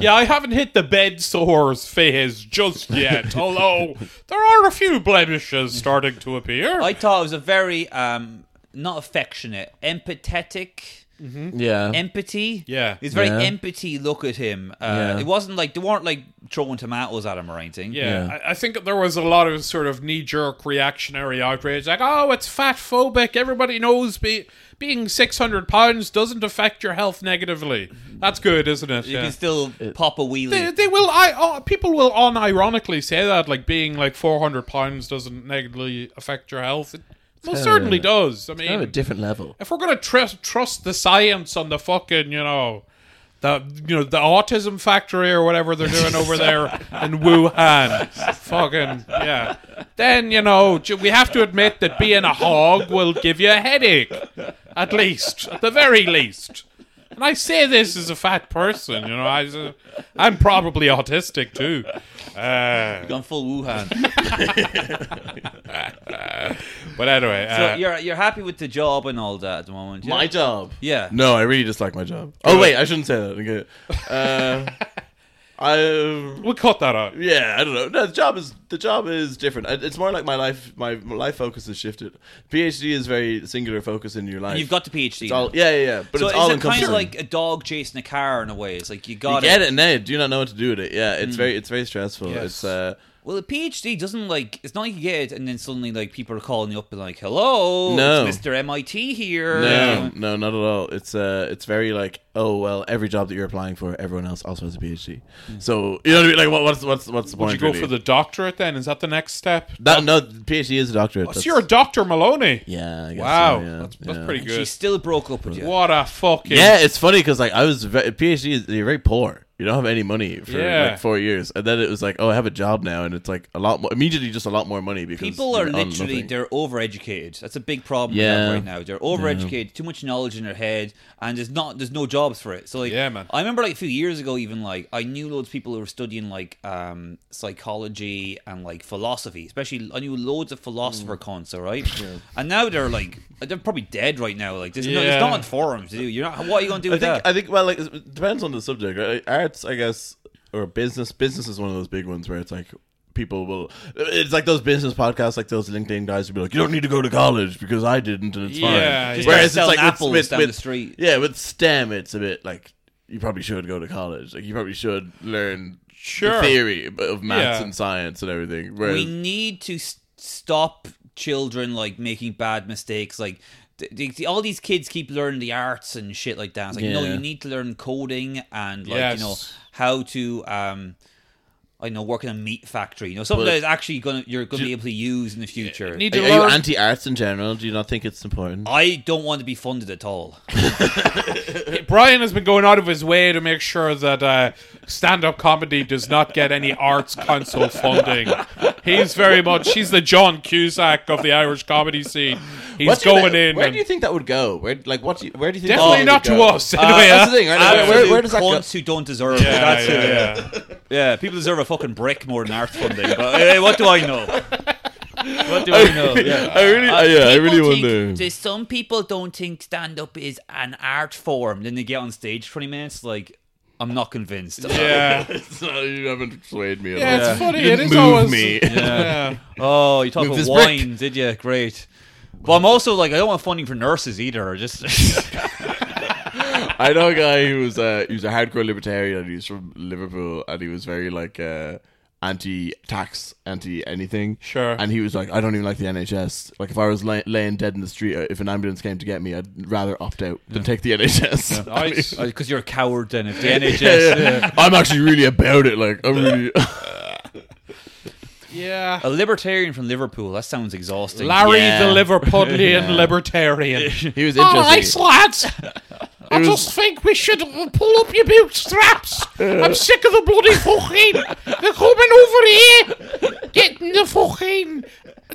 Yeah, I haven't hit the bed sores phase just yet, although there are a few blemishes starting to appear.
I thought it was a very um not affectionate, empathetic.
*laughs*
Yeah.
empathy.
Yeah.
it's very
Yeah.
empathy look at him. Uh,
Yeah.
It wasn't like they weren't like throwing tomatoes at him or anything.
yeah,
Yeah.
I, I think there was a lot of sort of knee jerk reactionary outrage, like, oh, it's fat phobic. Everybody knows be- being 600 pounds doesn't affect your health negatively. That's good, isn't it?
you
Yeah.
can still pop a wheelie.
They, they will. I oh, people will unironically say that, like being like 400 pounds doesn't negatively affect your health. It most
Totally.
certainly does. I mean,
Kind of Oh, a different level.
if we're gonna trust trust the science on the fucking you know the you know the autism factory or whatever they're doing over there in Wuhan, fucking yeah, then you know j- we have to admit that being a hog will give you a headache, at least, at the very least. And And I say this as a fat person, you know. I, was- I'm probably autistic too. Uh,
Gone full
*laughs*
Wuhan.
but anyway,
so
uh,
you're you're happy with the job and all that at the moment? Yeah?
My job.
yeah.
No, I really dislike my job. Oh wait, I shouldn't say that. Okay. Uh, *laughs* I
we'll cut that out.
yeah, I don't know. No, the job is the job is different. I- It's more like my life. My my life focus has shifted. PhD is very singular focus in your life.
You've got the PhD.
It's
now.
all, yeah, yeah, yeah. But
so
it's all
is it kind of
encompassing.
like a dog chasing a car in a way? It's like you
you
got
get it, now. Do you not know what to do with it? Yeah, it's very, it's very stressful.
Yes.
It's uh,
Well, a PhD doesn't like it's not like you get it and then suddenly like people are calling you up and like, "Hello,
No.
it's Mr. MIT here."
no, no, not at all. It's uh, it's very like, oh well, every job that you're applying for, everyone else also has a PhD. So you know what I mean? Like, what, what's what's what's the
Would
point?
you go
really?
for the doctorate then? Is that the next step?
that? No, PhD is a doctorate.
Oh, So
That's-
you're a Doctor Maloney.
Yeah, I guess
Wow,
so, yeah,
that's, that's
yeah.
pretty
And she
good.
still broke up with you.
What a fucking
Yeah, it's funny because like I was ve- PhD. is- You're very poor. You don't have any money for
Yeah.
like four years, and then it was like, oh, I have a job now, and it's like a lot more immediately, just a lot more money because
People are
you're on
literally
nothing.
they're overeducated. That's a big problem we have
Yeah.
right now. They're overeducated, too much knowledge in their head, and there's not there's no jobs for it. So like
Yeah, man.
I remember like a few years ago even like I knew loads of people who were studying like um psychology and like philosophy. Especially I knew loads of philosopher
Mm.
cons, all right? And now they're like they're probably dead right now. Like there's no
Yeah.
it's not on forums, dude. You're not what are you gonna do
I
with
think
that?
I think well, like it depends on the subject. Right? Like, arts, I guess, or business. Business is one of those big ones where it's like people will. It's like those business podcasts, like those LinkedIn guys who be like, you don't need to go to college because I didn't, and it's
Yeah,
fine.
Just
like selling apples down the street.
Yeah, with STEM, it's a bit like. You probably should go to college. Like you probably should learn
Sure.
the theory of maths
Yeah.
and science and everything. Whereas
we need to s- stop children like making bad mistakes like th- th- th- all these kids keep learning the arts and shit like that. It's like, no,
Yeah.
you need to learn coding and like
Yes.
you know how to, um, I know, work in a meat factory. You know, something
But-
that is actually gonna you're gonna be able to use in the future.
need
are,
to
are you
learn.
anti arts in general? Do you not think it's important?
I don't want to be funded at all.
Brian has been going out of his way to make sure that uh, stand-up comedy does not get any arts council funding. He's very much he's the John Cusack of the Irish comedy scene. He's
What's your-
going in.
Where
and-
do you think that would go? Where like what? Do you, where do you think?
definitely
that
not
would
to
go? Uh,
us. Anyway,
that's
That's the thing, right? Like, where, where does that go?
Cunts who don't deserve it.
Yeah,
That's
yeah,
it.
yeah.
Yeah, people deserve a fucking brick more than art funding. But hey, what do I know? What do I know? Yeah.
*laughs* I really,
Uh,
I- yeah, I really wonder.
some people don't think stand up is an art form. Then they get on stage twenty minutes, like I'm not
*laughs*
convinced.
Yeah.
It's not- you haven't swayed me. at
Yeah,
all.
it's funny.
You
It
didn't
is
move
always
me.
Yeah.
Oh, you talk
Move
about
this
wine,
brick.
did you? Great. But I'm also like I don't want funding for nurses either. Just
*laughs* I know a guy who was uh, he was a hardcore libertarian. and He was from Liverpool, and he was very like uh, anti-tax, anti-anything.
Sure.
And he was like, I don't even like the NHS. Like, if I was lay- laying dead in the street, uh, if an ambulance came to get me, I'd rather opt out than take the NHS. *laughs* I mean,
Nice.
because you're a coward. Then if the NHS,
yeah, yeah. I'm actually really about it. Like, I'm really.
Yeah.
a libertarian from Liverpool, that sounds exhausting.
Larry
Yeah.
the *laughs* Liverpudlian libertarian.
*laughs* he
Oh,
was
All
interesting.
right, Oh, *laughs* lads. I just think we should pull up your bootstraps. *laughs* I'm sick of the bloody fucking. They're coming over here, getting the fucking.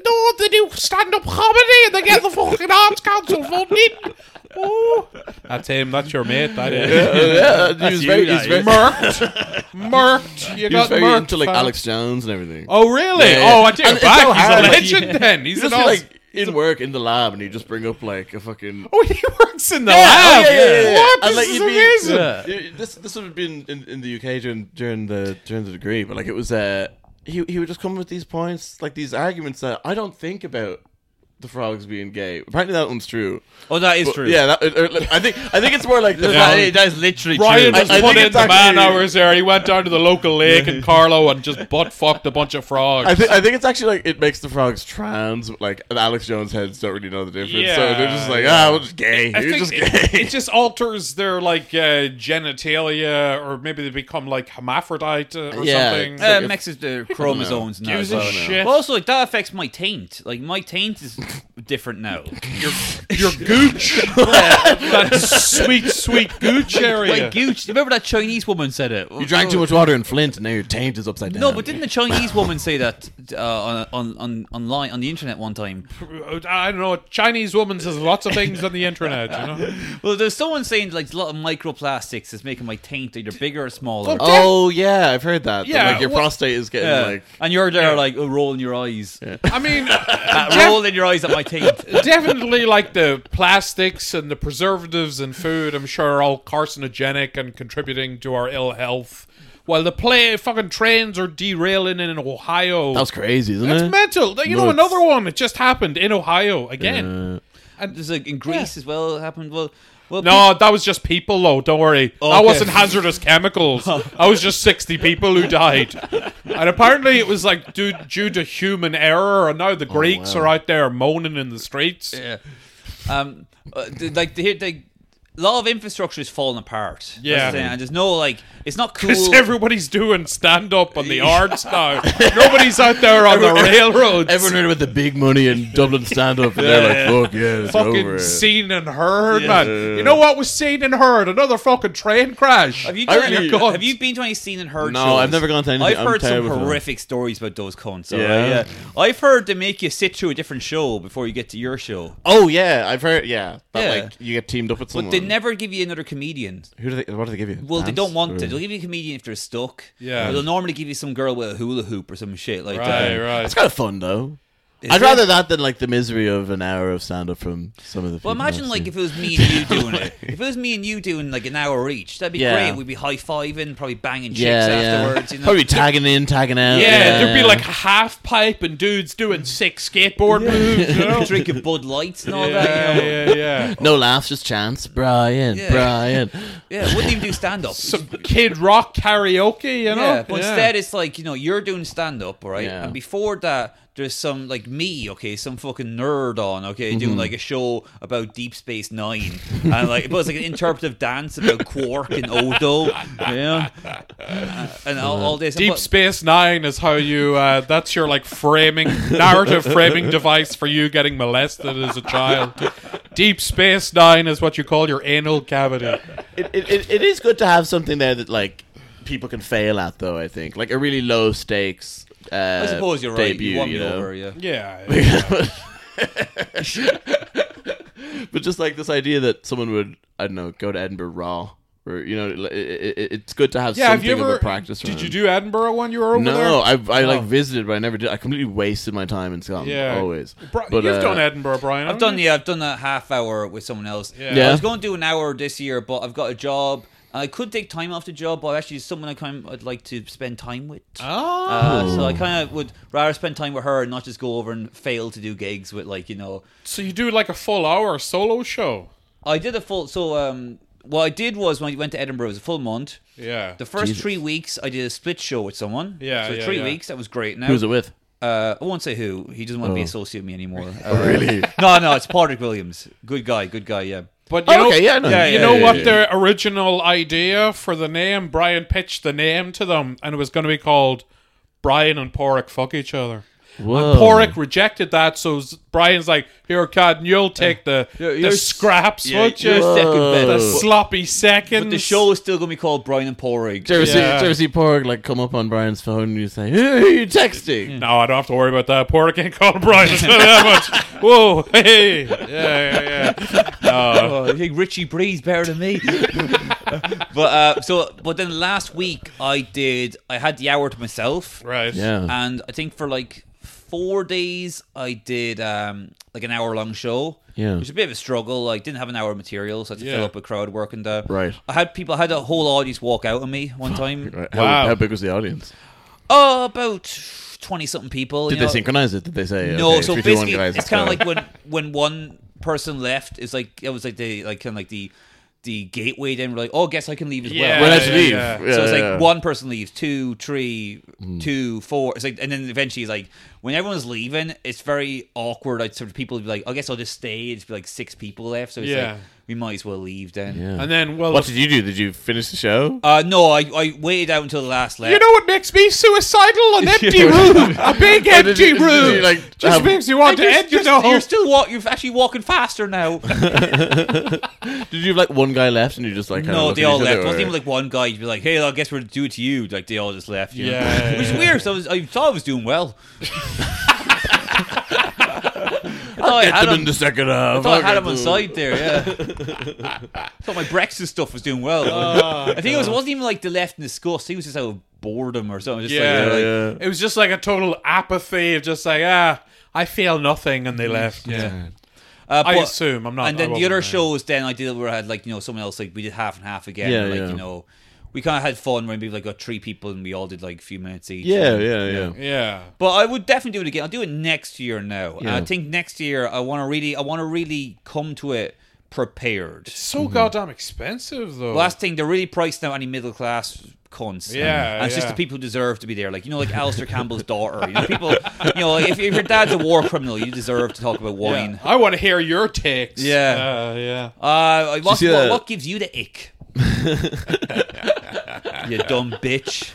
No, they do stand-up comedy, and they get the fucking arts council funding. *laughs* Oh, that's him. That's your mate. That is.
*laughs* yeah, he was
you,
very,
that
he's very,
Murked, murked. You
he was
got
very
murked.
into like
fam.
Alex Jones and everything.
Oh really?
Yeah, yeah.
Oh, I take
And
it
it's so
back.
hard, like,
He's a legend.
*laughs*
Then he's
He's
an
just be,
awesome.
like in work in the lab, and you just bring up like a fucking.
Oh, he works in the
Oh,
lab.
yeah, yeah, yeah, yeah.
What? This
And, like,
is
you'd be-
amazing.
You- This this would have been in, in the UK during during the during the degree, but like it was uh he he would just come with these points, like these arguments that I don't think about the frogs being gay. Apparently that one's true.
*laughs* Oh, that is true.
Yeah, that, or, like, I think I think it's more like
*laughs*
the
Yeah.
That- that is literally
Ryan
true.
was
I- I
put
think
in
it's
the man
actually-
hours there. He went down to the local lake in Carlo and just butt fucked a bunch of frogs.
I think I think it's actually like it makes the frogs trans. but, Like and Alex Jones heads don't really know the difference, so
Yeah,
they're just like,
yeah.
ah, we're just gay.
I
You're
think
just
it,
gay. *laughs*
it just alters their like uh, genitalia, or maybe they become like hermaphrodite uh, or
Yeah. Um,
something.
Uh, *laughs* mixes the chromosomes
Gives
now.
a shit.
But also, like that affects my taint. Like my taint is different now.
Your, your gooch.
*laughs*
that *laughs* sweet, sweet
*laughs*
gooch area.
Like Gooch, remember that Chinese woman said it.
You drank too much water in Flint, and now your taint is upside down.
No, but didn't the Chinese woman say that uh, on on on online on the internet one time?
I don't know. Chinese woman says lots of things on the internet. You know?
Well, there's someone saying like a lot of microplastics is making my taint either bigger or smaller.
Oh,
Oh yeah, I've heard that. that,
Yeah,
like your
what-
prostate is getting
Yeah.
like.
and you're there like oh, rolling your eyes,
I
*laughs*
mean,
Uh,
def-
*laughs* rolling your eyes at my taint.
definitely like the plastics and the preservatives in food, I'm sure, are all carcinogenic and contributing to our ill health. While the play fucking trains are derailing in Ohio.
That was crazy, isn't
That's
it?
mental. You know,
Nuts.
another one. It just happened in Ohio again.
There's like in Greece as well it happened. Well, well,
No, that was just people, though. Don't worry. That
Okay.
wasn't hazardous chemicals. I was just 60 people who died. and apparently it was like due, due to human error, and now
Oh,
the Greeks are out there moaning in the streets. *laughs*
Yeah. Um, uh, th- like the, the a lot of infrastructure is falling apart.
Yeah.
That's the thing, and there's no like it's not cool.
Because everybody's doing stand up on the arts now. Nobody's out there on the railroads.
Everyone heard about the big money in Dublin stand up, and they're like, "Fuck yeah, it's over."
fucking seen and heard, man. You know what was seen and heard? Another fucking train crash.
Have you,
I
done,
really-
have, have you been to any scene and heard?
No,
shows?
I've never gone to anything.
I've
I'm
heard some
terrible for them.
horrific stories about those cons. Yeah.
Yeah.
yeah, I've heard they make you sit through a different show before you get to your show,
Oh yeah, I've heard. Yeah, that
Yeah.
like you get teamed up with
but
someone.
they never give you another comedian.
Who do they? What do they give you?
Well, they
Ants?
don't want to.
Or-
They'll give you a comedian if they're stuck.
Yeah.
But they'll normally give you some girl with a hula hoop or some shit like
Right,
that.
right.
That's kind of fun though. I'd
it?
rather that than like the misery of an hour of stand up from some of the.
Well,
people
imagine
I've
like
seen.
if it was me and you
*laughs*
doing it. If it was me and you doing like an hour each, that'd be
Yeah.
great. We'd be high fiving, probably banging chicks
yeah,
afterwards.
yeah.
You know,
probably tagging in, tagging out.
Yeah, there'd be like half pipe and dudes doing sick skateboard moves. You know?
*laughs* drinking Bud Lights and all that.
yeah,
You know?
yeah, yeah.
no laughs, just chance. Brian,
Yeah. *laughs*
Brian.
Yeah, wouldn't even do stand up.
Some kid rock karaoke, you know?
Yeah, but instead it's like you know you're doing stand up, right?
Yeah.
And before that, there's some like me, okay, some fucking nerd on, okay,
Mm-hmm.
doing like a show about Deep Space Nine, and like it was like an interpretive dance about Quark
*laughs*
and Odo, yeah, Uh, and all, all this
Deep
but-
Space Nine is how you. Uh, that's your like framing narrative
*laughs*
framing device for you getting molested as a child. Deep Space Nine is what you call your anal cavity.
it, it, it, it is good to have something there that like people can fail at though. I think like a really low stakes. Uh,
I suppose you're right.
Debut,
you won me
know?
over, yeah.
*laughs*
Yeah,
*laughs* But just like this idea that someone would, I don't know, go to Edinburgh Raw, or you know, like, it, it, it's good to have
yeah. Have
something
you
of
ever
a practice.
Did
round.
you do Edinburgh when you were over there?
No, I, I like
Oh.
visited, but I never did. I completely wasted my time in Scotland.
Yeah.
always.
Bri-
but,
you've
uh,
done Edinburgh, Brian.
I've done yeah, I've done a half hour with someone else.
Yeah.
Yeah.
I was going to do an hour this year, but I've got a job. and I could take time off the job, but actually, it's someone I kind of, I'd like to spend time with.
Oh.
Uh, so I kind of would rather spend time with her and not just go over and fail to do gigs with like you know.
so you do like a full hour solo show.
I did a full so um what I did was when I went to Edinburgh it was a full month.
Yeah.
The first three weeks I did a split show with someone.
Yeah,
so
yeah,
three
yeah.
weeks that was great. Now
Who was it with?
Uh, I won't say who. He doesn't want to be associated with me anymore. really? *laughs* No, no, it's Patrick Williams. Good guy. Good guy. Yeah.
But you
Oh,
know,
okay, yeah, I know. Yeah,
you
yeah,
know
yeah,
what
yeah,
their original idea for the name? Brian pitched the name to them, and it was going to be called Brian and Porrick fuck each other.
Whoa.
And Porrick rejected that, so s- Brian's like, "Here, Cad, you'll take the the
you're s-
scraps,
Yeah,
won't
you're
you?
second best.
The
But-
sloppy seconds."
But the show is still going to be called Brian and Paul Riggs.
Did you ever see,
Yeah.
did you ever see Porg like come up on Brian's phone and you say, "Hey, who are you texting?"
No, I don't have to worry about that. Porrick ain't called Brian. It's not that
*laughs*
much. Whoa, hey, yeah, yeah, yeah. No.
Oh, I think Richie Bree's better
*laughs*
than me. but uh, so, but then last week I did. I had the hour to myself,
right?
Yeah.
and I think for like four days I did um, like an hour long show.
Yeah.
which was a bit of a struggle. I didn't have an hour of material, so I had to
Yeah.
fill up a crowd working there.
Right.
I had people. I had a whole audience walk out on me one time.
Right. How,
Wow.
how big was the audience?
Oh, about twenty something people.
Did
you
they
know.
synchronize it? Did they say
No,
okay,
so
three, two, one,
basically,
guys,
it's
let's
kind of
go?
like when when one person left, it's like it was like the like kind of like the the gateway. Then we're like, oh, guess I can leave as
Yeah,
we're
well.
allowed
yeah,
to leave.
yeah.
so it's like
yeah. Mm.
one person leaves, two, three, two, four. It's like, and then eventually, it's like when everyone's leaving, it's very awkward. Like sort of people would be like, I guess I'll just stay. It's like six people left, so it's
Yeah.
like we might as well leave then.
And then, well,
What did you do? Did you finish the show?
Uh, no, I, I waited out until the last lap.
you know what makes me suicidal? *laughs* An empty room, *laughs* a big
did
empty
you- did you,
room.
like,
um, just
have-
makes you want to
you're,
end *laughs*
you're,
your whole
you're still walk. You're actually walking faster
*laughs*
now.
Did you have like one guy left and you just like kinda
no,
looked
they
at
all
each other,
left. It
or-
wasn't even like one guy. You'd be like, "Hey, I guess we're gonna do it to you." Like they all just left. You know?
Yeah, yeah,
*laughs* which is
yeah.
weird. So I, was, I thought I was doing
*laughs*
well. I thought I
Get
had
them
him.
in the second half.
I thought I had
Okay,
him on
cool.
side there. Yeah,
*laughs*
I thought my Brexit stuff was doing well.
Oh,
I think it was. It wasn't even like they left in disgust. He was just out of boredom or something. Just
Yeah,
like, like,
Yeah.
It was just like a total apathy of just like, ah, I feel nothing, and they left. Yeah.
Uh,
I
but-
assume I'm not.
and
I
then the
wasn't
other
there.
shows then I did where I had like you know someone else like we did half and half again
Yeah,
like
yeah.
you know we kind of had fun when we like got three people and we all did like a few minutes each
Yeah, yeah, yeah.
Yeah.
but I would definitely do it again I'll do it next year now And I
Yeah.
think next year I want to really I want to really come to it prepared
So goddamn expensive though.
last thing they're really priced out any middle class cunts
Yeah,
and it's just
yeah.
the people who deserve to be there like you know like Alistair Campbell's daughter you know people you know like, if, if your dad's a war criminal you deserve to talk about
Yeah.
wine
I want to hear your takes.
Yeah.
Uh, yeah.
Uh, what,
see
what,
that-
what gives you the ick? you dumb bitch.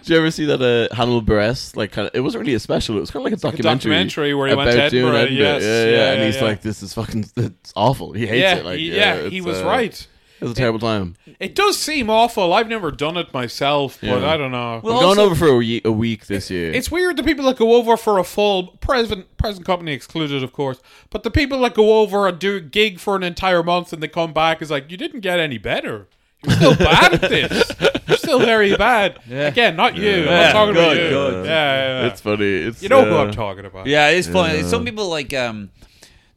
Did you ever see that uh, Hannibal Buress? Like, kind of, it wasn't really a special. It was kind of like a documentary.
documentary where he went to
about doing
Edinburgh, yes,
Yeah, yeah,
yeah,
And
yeah,
he's
yeah.
like, "This is fucking, *laughs* it's awful. He hates
Yeah,
it." Like,
he, yeah, he
it's,
was
uh,
right.
It was a terrible time.
It does seem awful. I've never done it myself, but
Yeah.
I don't know.
Well,
We're going
also-
over for a, ye- a week this year.
It's weird the people that go over for a full present present company excluded, of course. But the people that go over and do a gig for an entire month and they come back is like, you didn't get any better. You're *laughs* still bad at this. You're still very bad. Again, not you. I'm not
Yeah.
talking about
Good,
you.
good.
Yeah, yeah, yeah.
it's funny. It's
uh, you know who
uh,
I'm talking about.
Yeah, it's funny. Some people like um,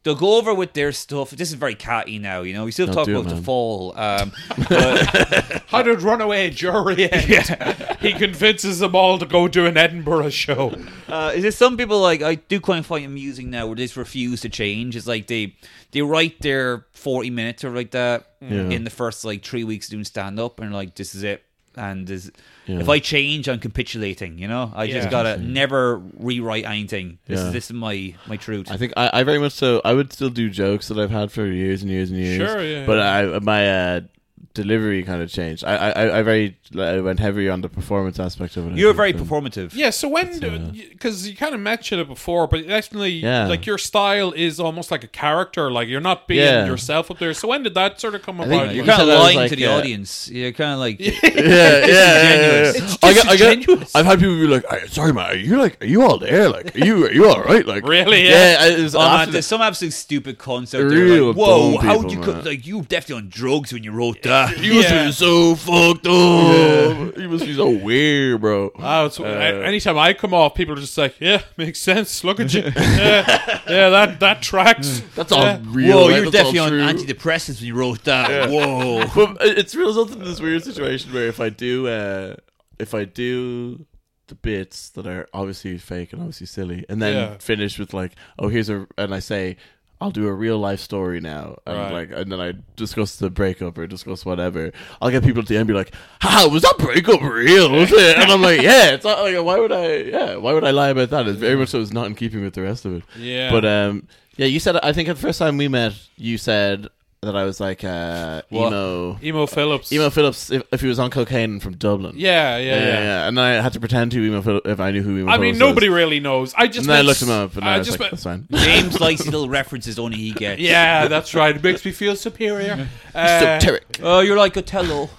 they'll go over with their stuff. This is very catty now, you know. We still talk
do it,
about the
man.
fall.
*laughs*
Um, but,
How did Runaway
*laughs*
Jury end? He convinces them all to go do an Edinburgh show.
uh, is it some people like I do kind of find amusing now where they just refuse to change? It's like they they write their forty minutes or like that in the first like three weeks doing stand up and like this is it. And is, if I change, I'm capitulating. You know, I just
Yeah.
gotta never rewrite anything. This
Yeah.
is this is my my truth.
I think I, I very much so. I would still do jokes that I've had for years and years and years.
Sure, yeah,
But
yeah.
I my uh, delivery kind of changed. I I, I- I very I went heavy on the performance aspect of it. I
You're
think,
very
and-
performative.
Yeah, so when because you kind of mentioned it before, but definitely
Yeah.
like your style is almost like a character, like you're not being
Yeah.
yourself up there. So when did that sort of come
think
about?
you
You're
Like-
got-
kind of
said that was
lying
like,
to the
uh,
audience. You're kind of like,
*laughs*
*laughs*
oh,
yeah, yeah, yeah, yeah,
disingenuous.
yeah.
It's
I get, I
disingenuous.
get, I've had people be like, "I- "Sorry, man, are you like, are you all there? Like, are you, are you all right? Like,
Really?
Yeah, I- it was
oh man,
absolute- *laughs*
there's some absolute stupid concept.
Real
Like, Whoa,
dumb
how would
people,
you co-
man.
like you were definitely on drugs when you wrote that?
*laughs* you must
Yeah.
be so fucked up. You must be so weird, bro.
Oh, it's,
Uh,
a- anytime I come off, people are just like, "Yeah, makes sense. Look at you.
*laughs*
yeah, yeah, that that tracks."
That's all
Yeah.
real.
Whoa,
right?
you were
That's all
definitely on
true.
antidepressants when you wrote that.
*laughs*
Whoa.
but it's resulted in this weird situation where if I do, uh, if I do the bits that are obviously fake and obviously silly, and then
Yeah.
finish with like, oh, here's a, and I say, I'll do a real life story now, and
Right.
like, and then I discuss the breakup or discuss whatever. I'll get people at the end be like, "Ha, was that breakup real?" Was it? And I'm like, "Yeah, it's not like why would I? Yeah, why would I lie about that? It's very much so. It's not in keeping with the rest of it.
Yeah.
But um, yeah, you said I think at the first time we met, you said that I was like uh,
What?
emo,
Emo Phillips.
emo Phillips if, if he was on cocaine and from Dublin.
Yeah, yeah, yeah.
And I had to pretend to emo Phillips if I knew who emo.
I mean,
Phillips
nobody
Was.
really knows. I just
And then I
meant-
looked him up, and I, was
just
like,
meant-
"That's fine."
James likes little references only he gets.
yeah, that's right. It makes me feel
*laughs*
superior. Uh, *laughs*
Esoteric.
Oh, you're like Otello.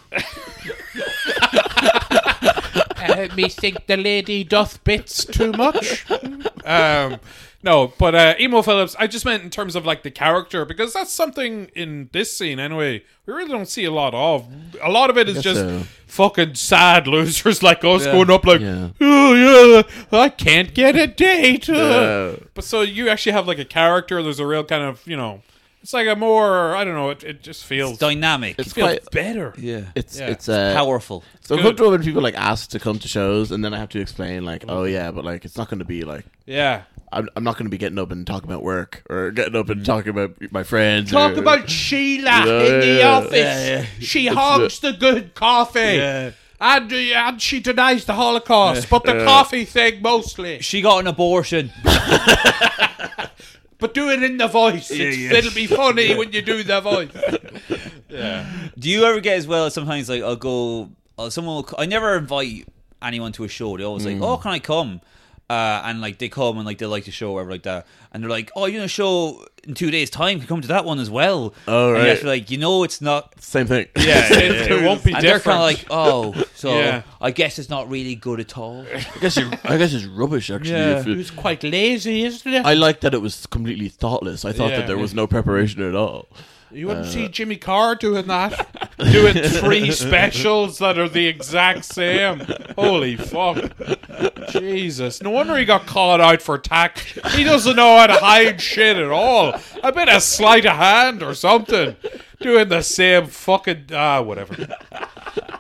uh, me think the lady doth bits too much. um, no, but uh, Emo Phillips, I just meant in terms of like the character because that's something in this scene anyway. We really don't see a lot of. A lot of it is just
so.
fucking sad losers *laughs* like us
Yeah.
going up like,
Yeah.
oh yeah, I can't get a date. uh."
Yeah.
*laughs* But so you actually have like a character. There's a real kind of you know, it's like a more I don't know. It, it just feels
Dynamic.
It's
feels
quite.
better.
yeah.
It's
Yeah.
it's uh,
Powerful.
So
good.
comfortable when people like ask to come to shows, and then I have to explain like, oh yeah, but like it's not going to be like
Yeah.
I'm, I'm not going to be getting up and talking about work or getting up and talking about my friends.
Mm. Talk
or-
about Sheila
Yeah,
in the
yeah.
office. She hogs the good coffee.
and, uh, and she denies the Holocaust, but the coffee thing mostly.
She got an abortion.
But do it in the voice. It's- It'll be funny when you do the voice.
Do you ever get as well? Sometimes like I'll go. Uh, someone will, c- I never invite anyone to a show. They always
Mm.
like, "Oh, can I come?" Uh, and like they come and like they like the show or whatever like that, and they're like, "Oh, you know, show in two days' time. Can you come to that one as well."
Oh,
And you have
right.
to, like you know, it's not.
Same thing.
*laughs*
Yeah, it, it won't be
and they're
different.
kind of like,
*laughs*
"Oh, so
Yeah.
I guess it's not really good at
*laughs*
all."
I guess it, I guess it's rubbish actually. if
*laughs* it
it-
was quite lazy, isn't it?
I like that it was completely thoughtless. I thought
Yeah.
that there was no preparation at all.
You
Uh,
wouldn't see Jimmy Carr doing
*laughs*
that. doing three specials that are the exact same. Holy fuck. Jesus. No wonder he got called out for tack. He doesn't know how to hide shit at all. A bit of sleight of hand or something. Doing the same fucking. Ah, whatever.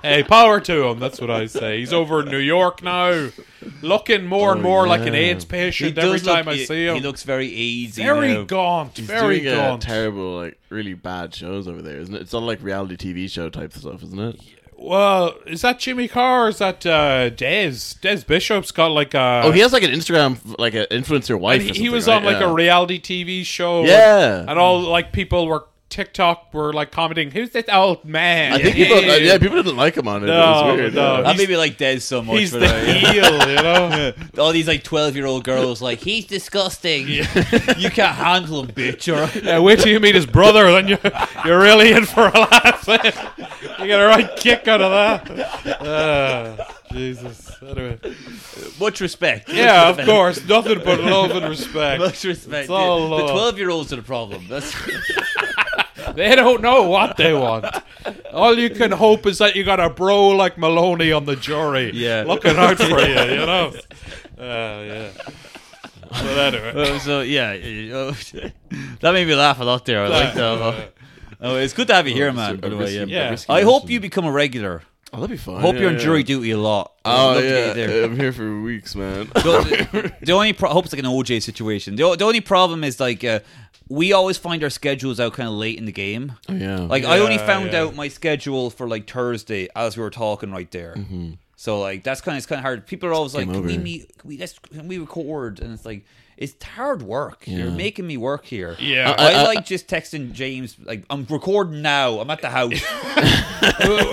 Hey, power to him. That's what I say. He's over in New York now, looking more and more like an
yeah.
AIDS patient every
does look-
time I
Oh, he-
see him.
He looks very easy.
very
now.
gaunt. very
Doing, uh,
gaunt.
terrible, like really bad shows over there, isn't it? It's all like reality TV show type stuff, isn't it?
Well, is that Jimmy Carr or is that uh, Dez? Dez Bishop's got like a.
Oh, he has like an Instagram, like an influencer wife.
he,
or
he
something,
was
right?
on like
Yeah.
a reality TV show.
Yeah.
And all like people were TikTok were like commenting, who's this old man?
I think people, uh, yeah, people didn't like him on it. it
No,
was weird.
no.
yeah.
I maybe like Des so much.
He's
for
the
that, yeah.
heel, you know?
All these like twelve-year-old girls, like he's disgusting. *laughs* you can't handle him, bitch. All right.
yeah, Uh, wait till you meet his brother, then you're, you're really in for a *laughs* laugh. you get a right kick out of that. Uh, Jesus. Anyway.
Much respect.
Yeah,
Much
of
respect.
course. Nothing but love and respect.
Much respect.
It's all
the
love.
twelve-year-olds are the problem. That's
They don't know what they want. All you can hope is that you got a bro like Maloney on the jury.
Yeah.
Looking out for you, you know? Uh, yeah. But anyway.
Uh, so. Yeah, uh, *laughs* that made me laugh a lot there. I like that. a lot. Oh, it's good to have you here, man. By the way, yeah.
yeah.
risky
I hope
mission.
you become a regular.
Oh, that'd be fun.
Hope
Yeah,
you're on
yeah.
jury duty a lot.
Oh
Love to
yeah,
get you
*laughs*
there.
I'm here for weeks, man. *laughs*
the, the only pro- I hope it's like an OJ situation. The, o- the only problem is like uh, we always find our schedules out kind of late in the game.
yeah,
Like I only
Yeah,
found
yeah.
out my schedule for like Thursday as we were talking right there. So like that's kind of it's kind of hard. People are always like,
game
can we
over.
meet? Can we let's can we record? And it's like it's hard work. You're making me work here.
Yeah.
I,
I- I-
like just texting James like I'm recording now. I'm at the house.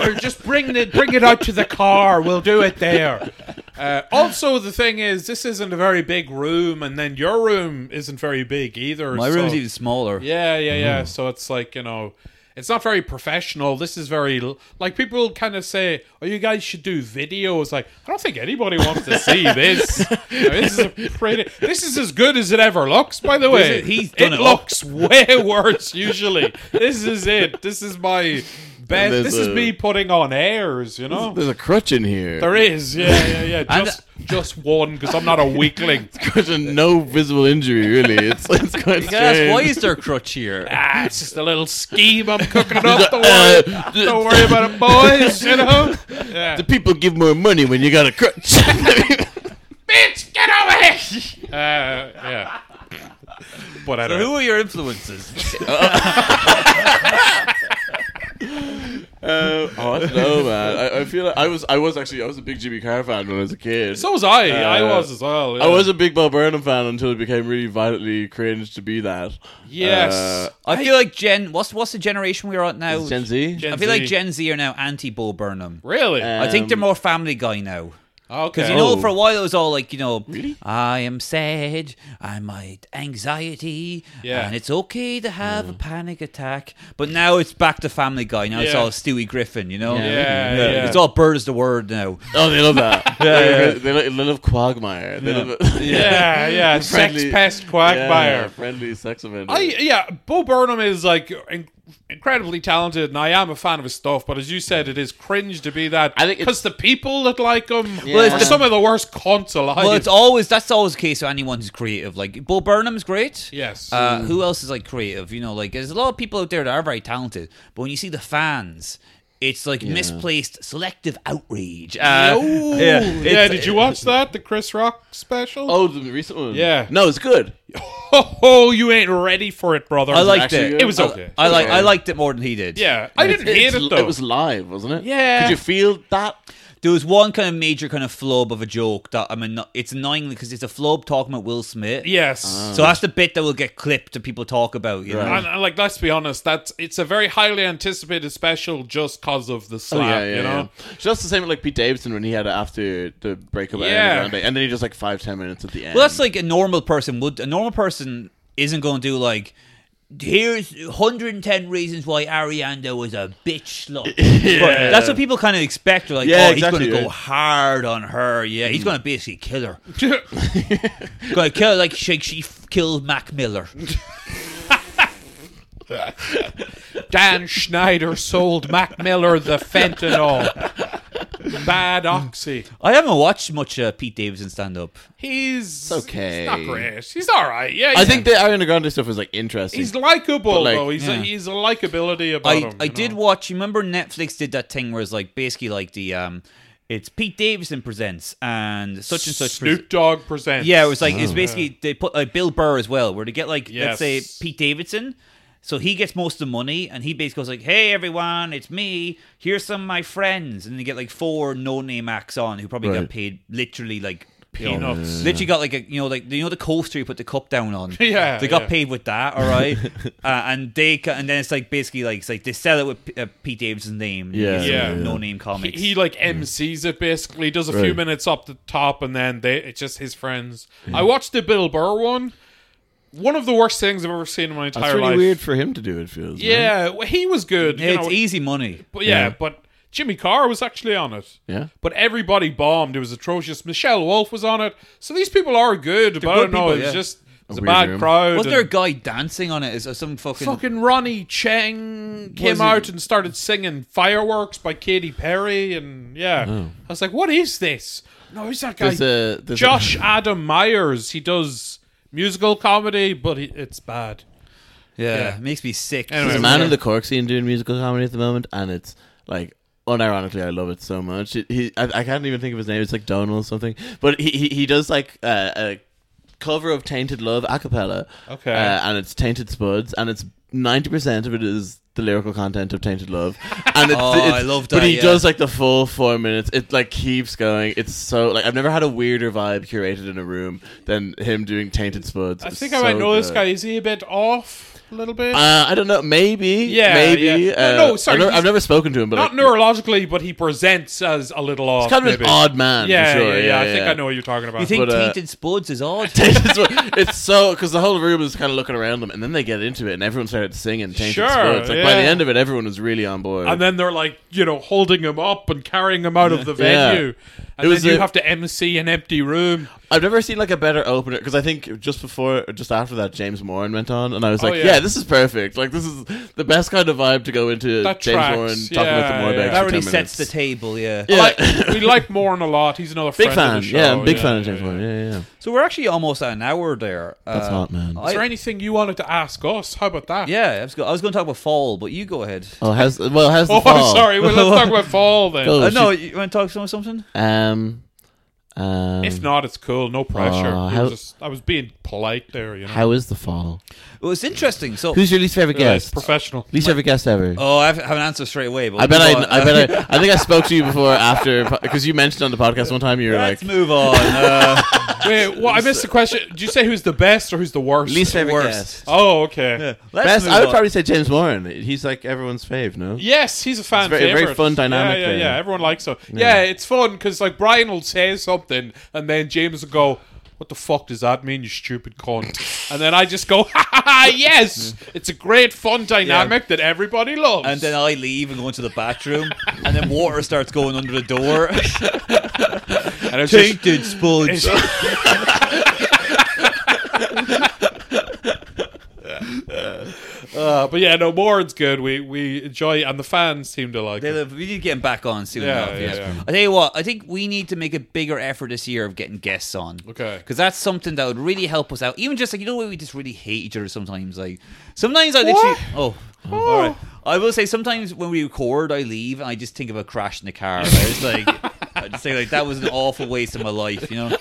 or just bring it, bring it out to the car. We'll do it there. Uh, also, the thing is, this isn't a very big room, and then your room isn't very big either.
my room's
so-
even smaller.
Yeah, yeah, yeah. So it's like, you know, Uh, it's not very professional. This is very, l- like, people kind of say, oh, you guys should do videos. Like, I don't think anybody wants to see this. You know, this, is a pretty, this is as good as it ever looks, by the way.
This is- he's done it up.
looks way worse, usually. This is it. This is my best.
there's
This is
a-
me putting on airs, you know?
There's a crutch in here.
There is, yeah, yeah, yeah.
uh,
And-
Just, just one, because I'm not a
*laughs*
weakling.
crutch and no visible injury, really. It's it's quite *laughs*
You gotta ask,
strange.
why is there a crutch here?
Ah, it's just a little scheme I'm cooking
*laughs*
up. Don't worry, don't worry about it, boys. You know, yeah.
the people give more money when you got a
*laughs*
crutch.
bitch, get over here. Uh, yeah, but I don't.
Who are your influences?
Uh, oh, I don't know, man. I, I feel like I was I was actually I was a big Jimmy Carr fan when I was a kid.
So was I. I
Uh,
was as well. yeah.
I was a big Bob Burnham fan until it became really violently cringe to be that.
Yes.
Uh,
I feel like Gen. What's what's the generation we're at now?
Gen Z.
Gen
I feel like
Z.
Gen Z are now anti Bo Burnham.
really.
Uh,
I think they're
Um,
more Family Guy now.
okay.
Because you know,
Oh.
for a while it was all like, you know,
Really?
I am sad, I might anxiety,
Yeah. Mm.
and it's okay to have a panic attack. But now it's back to Family Guy. Now it's
Yeah.
all Stewie Griffin, you know?
Yeah, yeah.
It's all Bird is the Word now.
oh, they love
*laughs*
that. yeah, yeah. They, love, they love Quagmire. They love
yeah, yeah.
*laughs*
Sex
Friendly-
pest
Yeah,
quagmire.
friendly sex offender. *laughs*
I yeah, Bo Burnham is like in- incredibly talented, and I am a fan of his stuff. But as you said, it is cringe to be that.
I think it's-
because the people that like him
Well, it's
are
the-
some of the worst cons alive.
Well, it's always, that's always the case with anyone who's creative. Like, Bo Burnham's great.
yes,
Uh, who else is like creative? You know, like there's a lot of people out there that are very talented, but when you see the fans, it's like misplaced selective outrage. Uh,
Oh,
yeah,
yeah.
it's-
did you watch that? The Chris Rock special?
oh, the recent one.
Yeah.
No, it's good.
Oh, you ain't ready for it, brother.
I liked
Actually,
it.
yeah. It
was
I-
okay.
I, like. I
Okay.
liked it more than he did.
Yeah, I didn't
It's-
hate
it's-
it though.
It was live, wasn't it?
Yeah.
Could you feel that?
there was one kind of major kind of flub of a joke that I mean, no- it's annoyingly because it's a flub talking about Will Smith.
Yes.
So that's the bit that will get clipped and people talk about. You know?
and, and, like, let's be honest, that's it's a very highly anticipated special just because of the slap,
Oh, yeah, yeah,
you know?
yeah. Just the same with like Pete Davidson when he had it after the breakup, of
Yeah.
Ariana Grande, and then he just like five ten minutes at the end.
Well, that's like a normal person would. A normal person isn't going to do like. Here's 110 reasons why Arianda was a bitch
*laughs*
slut. But that's what people kind of expect. They're like,
Yeah,
oh,
exactly,
he's going to go
yeah.
hard on her. Yeah, he's going to basically kill
*laughs*
her. going to kill her like she, she f- killed Mac
*laughs*
Miller.
Dan Schneider sold Mac Miller the fentanyl. Bad oxy.
I haven't watched much uh, Pete Davidson stand up.
He's
okay.
He's not great. He's all right. Yeah,
I
he's-
think the Ariana Grande stuff was like interesting.
he's likable
like,
though. He's a,
yeah.
he's a likability about
I,
him.
I
you
did
know?
watch. You remember Netflix did that thing where it's like basically like the um, it's Pete Davidson presents and such and such. pres-
Snoop Dogg presents.
yeah, it was like it's basically they put like Bill Burr as well, where they get like let's say
Yes.
Pete Davidson. So he gets most of the money, and he basically goes like, "Hey everyone, it's me. Here's some of my friends," and they get like four no-name acts on who probably got
Right.
paid literally like you know,
Peanuts.
Literally got like a you know like you know the coaster you put the cup down on.
*laughs* Yeah,
they got
yeah.
paid with that. All
*laughs*
right, uh, and they ca- and then it's like basically like it's like they sell it with P- uh, Pete Davidson's name. He's,
Yeah,
like,
yeah, yeah.
no name
He,
comics.
he, like MCs it basically. Does a few
Mm. Right. Mm.
minutes up the top, and then they it's just his friends. I watched the Bill Burr one. One of the worst things I've ever seen in my entire
That's really
life.
weird e- for him to do. It feels. right?
Yeah, well, he was good.
Yeah,
you
it's
know,
easy money.
But yeah, but Jimmy Carr was actually on it.
Yeah.
But everybody bombed. It was atrocious. Michelle Wolf was on it. So these people are good, but I don't
good
know.
people,
It's
yeah.
just it's a,
weird
bad
room.
crowd.
Wasn't there a
and
guy dancing on it? Is or some fucking,
fucking Ronnie Cheng came
Was it-
out and started singing "Fireworks" by Katy Perry, and yeah,
Oh.
I was like, "What is this?" No, who's that guy?
There's a there's *laughs*
Josh Adam Myers. He does musical comedy, but he, it's bad.
yeah,
Yeah.
It makes me sick.
Anyway,
a, there's a
Yeah.
man in the Cork scene doing musical comedy at the moment, and it's like. Unironically, I love it so much. It, he, I, I can't even think of his name. It's like Donald something, but he he, he does like uh, a cover of "Tainted Love" a cappella.
Okay.
uh, and it's "Tainted Spuds," and it's ninety percent of it is the lyrical content of "Tainted Love."
*laughs*
And it's,
Oh,
it's-
I love
But
that,
he
yeah.
does like the full four minutes. It like keeps going. It's so like I've never had a weirder vibe curated in a room than him doing "Tainted Spuds."
I
It's
think I might
so
know this
good.
guy. Is he a bit off a little bit?
Uh, I don't know. Maybe.
Yeah,
Maybe.
yeah.
Uh,
No, no, sorry,
I've never,
he's-
I've never spoken to him, but
Not
like,
neurologically, but he presents as a little off.
He's kind of
maybe.
an odd man. for
Yeah,
sure.
yeah, yeah,
yeah,
I think I know what you're talking about.
you think
But, uh,
tainted spuds is odd?
*laughs* Tainted Spuds- it's so because the whole room is kind of looking around them, and then they get into it, and everyone started singing "Tainted
Sure,
Spuds." Like by
yeah.
the end of it, everyone was really on board.
and then they're like, you know, holding him up and carrying him out of the
Yeah.
venue. And
It was
then you
a-
have to MC an empty room.
I've never seen like a better opener because I think just before, or just after that, James Moran went on, and I was
Oh,
like,
yeah.
yeah. this is perfect. Like this is the best kind of vibe to go into
That
James
tracks,
Moran talking
yeah,
about the Moorbags."
yeah.
for
that really sets
10 minutes.
the table, yeah.
I
Yeah.
Like, we like Moran a lot. He's another
*laughs* Big
friend
fan,
of the show.
yeah, I'm a big fan of
yeah,
James
yeah.
Moran. Yeah, yeah, yeah.
So we're actually almost at an hour there.
That's
Uh,
hot, man.
Is there
I-
anything you wanted to ask us? How about that?
yeah, I was, go- I was going to talk about fall, but you go ahead.
Oh, how's well,
*laughs*
how's
*laughs*
the
Oh,
fall?
sorry. Well, let's talk
*laughs*
about fall then.
Go. Oh,
Uh, no, you want to talk about something?
Um, um,
If not, it's cool. No pressure.
Oh,
It
how-
was just- I was being polite there.
*laughs*
You know,
How is the fall?
It was interesting. So,
Who's your least favorite
Yeah, it's
guest?
professional.
least favorite guest ever.
oh, I have, have an answer straight away. But
I bet
we'll
I,
move
I
on.
bet I, I think I spoke to you before after because you mentioned on the podcast one time you were
Let's
like
move on.
*laughs*
Uh,
Wait, well, I missed the question. Did you say who's the best or who's the worst?
least favorite
worst.
guest.
Oh, okay.
let's
Best,
move
I would
on.
probably say James Warren. He's like everyone's fave, no?
Yes, he's a fan
It's very- very
favorite.
fun dynamic
Yeah, yeah,
there.
yeah. Everyone likes him. Yeah, it's fun because like Brian will say something, and then James will go, "What the fuck does that mean, you stupid *laughs* cunt?" and then I just go, *laughs* "Ha ha ha! Yes, it's a great fun dynamic that everybody loves."
And then I leave and go into the bathroom, and then water starts going under
*laughs*
the door.
And it's just-
Tainted spuds.
uh, but yeah, no, Moran's *laughs* good. We we enjoy, and the fans seem to like.
They
it.
live- we need to get him back on soon
Yeah, yeah,
enough. yes.
yeah.
I tell you what, I think we need to make a bigger effort this year of getting guests on.
Okay.
Because that's something that would really help us out. Even just like you know where we just really hate each other sometimes. Like sometimes I literally oh. All right. I will say sometimes when we record, I leave and I just think of a crash in the car. I was like, I just say like that was an awful waste of my life, you know.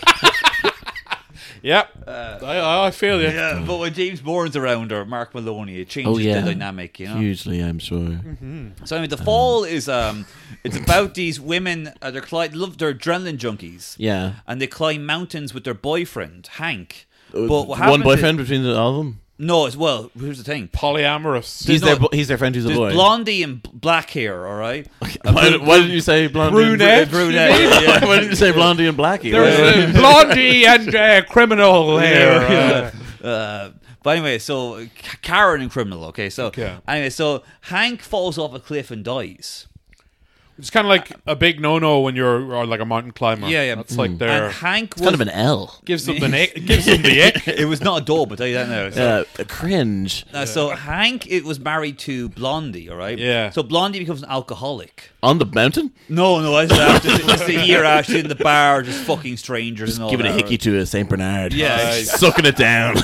Yep. I, I feel you.
*laughs* Yeah, but when James Bourne's around or Mark Maloney, it changes
Oh, yeah.
the dynamic, you know.
Hugely, I'm sure.
Mm-hmm. So I mean, the fall is um, it's about these women. Uh, they're cli- love they're adrenaline junkies.
Yeah.
and they climb mountains with their boyfriend Hank. But what
Uh, One
happens
boyfriend between the, all of them.
Is, no, as well. Here's the thing.
Polyamorous. *laughs*
There's
He's their
no-
bo- he's their friend who's a
There's
boy.
blondie and b- black hair. All
*laughs*
right. A
Why,
bru-
why didn't you say blonde?
Brunette.
And
brunette.
br-
*laughs*
*laughs*
yeah.
why didn't you say blondie and blackie?
*laughs*
Why-
There's uh, *laughs* blondie and uh, criminal there. uh,
Uh, but anyway, so K- Karen and criminal. Okay, so
Okay.
anyway, so Hank falls off a cliff and dies.
it's kind of like a big no-no when you're or like a mountain climber.
Yeah, yeah.
That's like
And *laughs*
their
Hank was
Kind of an *laughs* L.
gives *laughs* them the ick. Gives them the ick.
*laughs* it was not a dog, but tell you that now. So,
Uh, cringe.
uh, so Hank it was married to Blondie, all right?
Yeah.
So Blondie becomes an alcoholic.
On the mountain?
No, no, that's uh, just, just a year out in the bar, just fucking strangers and all
Giving a
that.
hickey to a St. Bernard.
Oh,
*laughs*
Yeah.
Sucking it
*laughs*
down.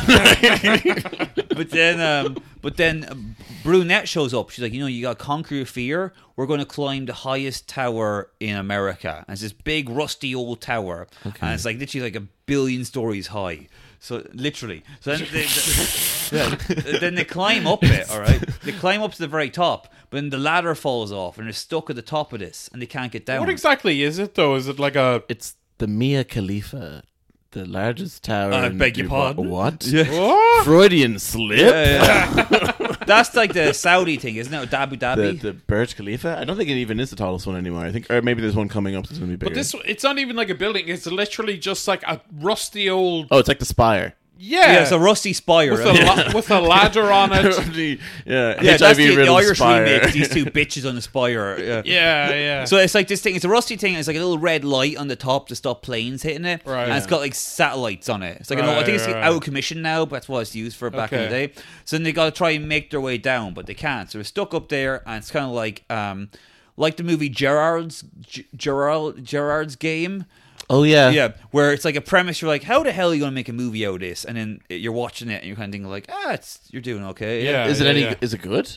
But then, um, but then um, brunette shows up. She's like, you know, you got to conquer your fear. We're going to climb the highest tower in America, and it's this big rusty old tower, and it's like literally like a billion stories high. So literally, so then they,
*laughs*
yeah, then they climb up it. All right, they climb up to the very top, but then the ladder falls off, and they're stuck at the top of this, and they can't get down.
What exactly is it though? Is it like a
it's the Mia Khalifa, the largest tower.
I
in
beg your
Dubai.
pardon? *laughs*
What?
oh,
Freudian slip?
Yeah, yeah. That's like the Saudi thing, isn't it? With Abu
The,
Dhabi.
the Burj Khalifa? I don't think it even is the tallest one anymore. I think, or maybe there's one coming up that's going to be bigger.
But this, it's not even like a building. It's literally just like a rusty old.
oh, it's like
*laughs*
the Spire.
Yeah,
yeah, it's a rusty spire.
with, a *laughs* la- with a ladder on *laughs* it.
*laughs* The- yeah,
Yeah, that's the,
HIV
the
riddled
Irish
Spire.
remake. These
*laughs*
two bitches on the spire. Yeah.
Yeah, yeah.
So it's like this thing. It's a rusty thing. and It's like a little red light on the top to stop planes hitting it.
Right.
And it's got like satellites on it. It's like an old, I think it's
Right, right.
out of commission now, but that's what it's used for back in
Okay.
the day. So then they got to try and make their way down, but they can't. So they're stuck up there, and it's kind of like um, like the movie Gerard's G- Gerard Gerard's game.
*laughs* Oh, yeah.
Yeah, where it's like a premise. You're like, how the hell are you going to make a movie out of this? And then you're watching it and you're kind of thinking like, ah, it's you're doing okay.
Yeah.
Is it any?
yeah.
Is it good?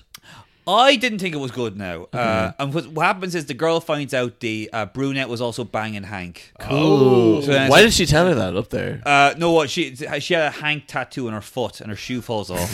I didn't think it was good. Now, uh,
Mm-hmm.
and what, what happens is the girl finds out the uh, brunette was also banging Hank.
Cool.
So then
Why
it's-
did she tell her that up there?
Uh, no, what she she had a Hank tattoo on her foot and her shoe falls
*laughs*
off.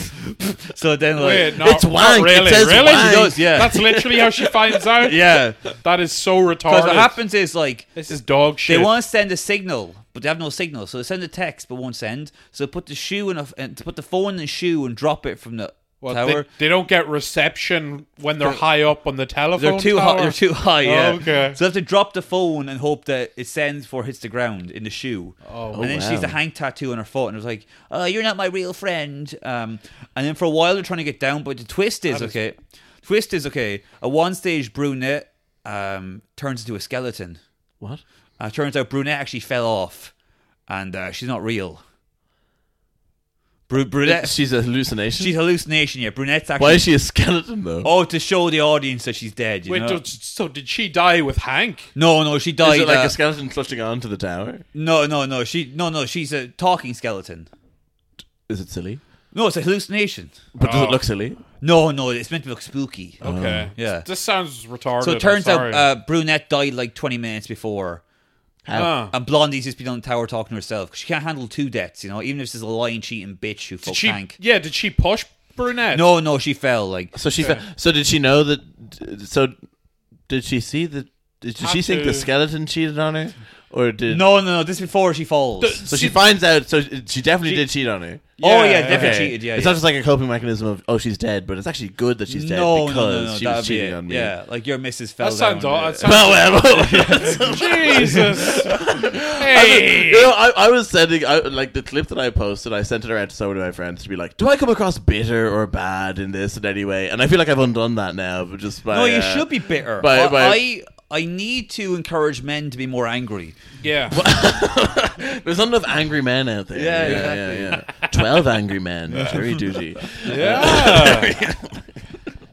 so then, like,
Wait, no,
It's
not
wank. It
Really,
says
really?
wank.
She does, yeah.
That's literally how she finds out. *laughs*
*laughs* yeah.
that is so
Because
retarded.
what happens is like
This is dog
They
shit.
want to send a signal, but they have no signal. So they send a text, but won't send. So they put the shoe in a, and put the phone in the shoe and drop it from the
What,
tower.
They, they don't get reception when they're high up on the telephone.
they're too
tower.
high. They're too high. Yeah.
okay.
So they have to drop the phone and hope that it sends for hits the ground in the shoe. Oh. And then
Oh,
she she's a
wow.
Hank tattoo on her foot, and it was like, "Oh, you're not my real friend." Um, and then for a while they're trying to get down, but the twist is okay. Twist is okay. A one-stage brunette um, turns into a skeleton.
What?
Uh, turns out brunette actually fell off, and uh, she's not real. Bru- brunette,
She's a hallucination.
she's hallucination. Yeah, brunette's actually.
Why is she a skeleton though?
Oh, to show the audience that she's dead. You
Wait,
know?
did- so did she die with Hank?
no, no, she
is
died.
it like
uh,
a skeleton clutching onto the tower?
No, no, no. She no, no. She's a talking skeleton.
Is it silly?
No, it's a hallucination.
But does
Oh.
it look silly?
No, no. It's meant to look spooky.
Oh,
Okay.
Oh. yeah.
This sounds retarded.
so it turns out uh, brunette died like twenty minutes before,
Huh.
and blondie's just been on the tower talking to herself 'cause she can't handle two deaths. You know, even if she's a lying, cheating bitch who fucked
she,
Hank.
yeah, did she push brunette?
No, no. She fell like.
So she. Fa- so did she know that? So did she see that? Did she
Have
think
to-
the skeleton cheated on her, or did?
No, no, no. This is before she falls.
So she finds out. So she definitely
She-
did cheat on her.
oh yeah,
Yeah,
definitely
Okay.
cheated. Yeah,
it's
yeah.
not just like a coping mechanism of oh she's dead, but it's actually good that she's dead
no, no,
because
no, no,
she
that'd
was
be
cheating
it.
on me.
Yeah, like your missus fell
That sounds
down.
odd.
uh, *laughs*
That sounds-
Oh, *laughs* well,
*laughs*
*laughs*
Jesus.
You
hey.
know, I, I was sending I, like the clip that I posted. I sent it around to some of my friends to be like, "Do I come across bitter or bad in this in any way?" And I feel like I've undone that now, but just by
No, you
uh,
should be bitter.
by-
I-
by-
I I need to encourage men to be more angry. *laughs*
Yeah.
There's not enough angry men out there.
Yeah,
yeah, yeah. Twelve
*laughs*
angry men, jury duty.
Yeah.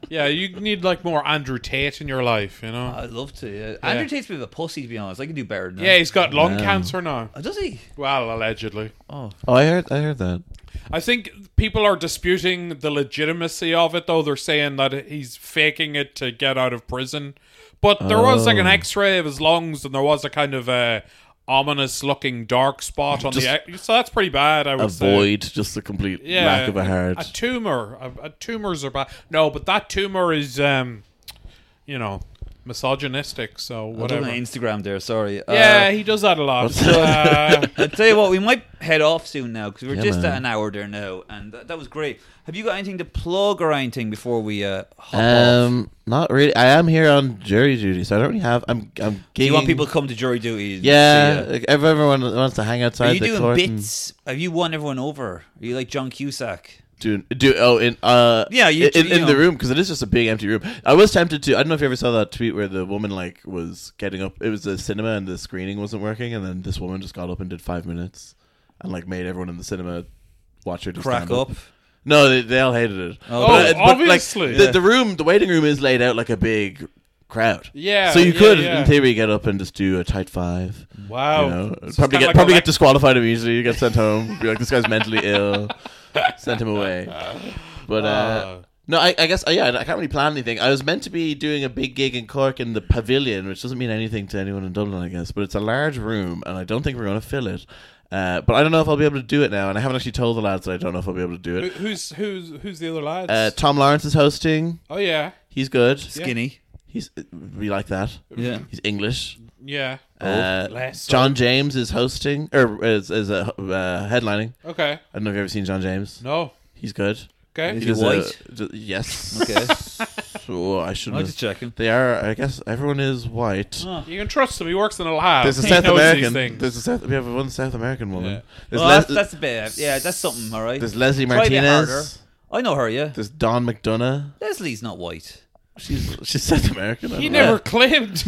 yeah, you need like more Andrew Tate in your life, you know?
I'd love to. Yeah. Andrew Tate's a bit of a pussy, to be honest. I can do better than
yeah,
that.
he's got lung cancer now.
Oh, does he?
Well, allegedly.
Oh, I heard, I heard that.
I think people are disputing the legitimacy of it, though. They're saying that he's faking it to
Oh.
get out of prison. But there was like an X-ray of his lungs, and there was a kind of uh,
ominous looking dark spot on the. So that's pretty bad. I would
a
say.
void, just a complete
Yeah,
lack of a heart.
A tumor. A, a tumors are bad. No, but that tumor is, um, you know, misogynistic. So
Put it
whatever.
on Instagram there, sorry. Uh,
Yeah, he does that a lot. Uh,
*laughs* I tell you what, we might head off soon now because we're just
man.
at an hour there now, and th- that was great. Have you got anything to plug or anything before we uh, hop off?
um, not really. I am here on jury duty, so I don't really have. I'm. I'm.
Do you want
gigging.
people to come to jury duty? and
Yeah,
see
like, if everyone wants to hang
ya?
outside
Are you
the
doing
court and
bits? Have you won everyone over? Are you like John Cusack?
Do do oh in uh
Yeah, you-
in,
you
in the
know.
room because it is just a big empty room. I was tempted to. I don't know if you ever saw that tweet where the woman like was getting up. It was a cinema and the screening wasn't working, and then this woman just got up and did five minutes and like made everyone in the cinema watch her just
Crack
stand up.
up.
No, they, they all hated it.
Oh,
But- uh, but, like,
obviously.
the, the room, the waiting room is laid out like a big crowd.
Yeah,
So you
yeah,
could,
yeah.
in theory, get up and just do a tight five.
wow.
You know,
This is
probably
kinda
get
like
probably
a
get disqualified immediately. You get sent home. Be like, this guy's mentally
*laughs*
ill. Send him away. But uh,
Ah.
no, I, I guess uh, yeah, I can't really plan anything. I was meant to be doing a big gig in Cork in the Pavilion, which doesn't mean anything to anyone in Dublin, I guess. But it's a large room, and I don't think we're going to fill it. Uh, but I don't know if I'll be able to do it now, and I haven't actually told the lads that I don't know if I'll be able to do
Who-
it.
Who's who's who's the other lads?
Uh, Tom Lawrence is hosting.
oh yeah,
He's good.
Skinny.
He's we like that.
Yeah.
He's English.
yeah.
Uh,
Oh, less so.
John James is hosting or is is a uh, headlining.
Okay.
I don't know if you've ever seen John James.
No.
He's good.
Is
Okay.
He
he
does a-
white?
d-
*laughs*
yes.
Okay.
*laughs*
*laughs*
Oh, I
i
shouldn't.
was just
Have,
checking.
they are. I guess everyone is white.
You can trust him. He works in a lab.
There's a
Oh. he
South
knows
American.
These things.
There's a South. We have one South American woman.
Yeah.
There's,
well,
Les-
that's, that's a bit. Yeah, that's something. All right.
there's Leslie
Try a bit harder.
Martinez.
I know her. Yeah.
There's Don McDonough.
Leslie's not white.
She's she's South American. I
he
don't
never
know. *laughs*
claimed.
*laughs*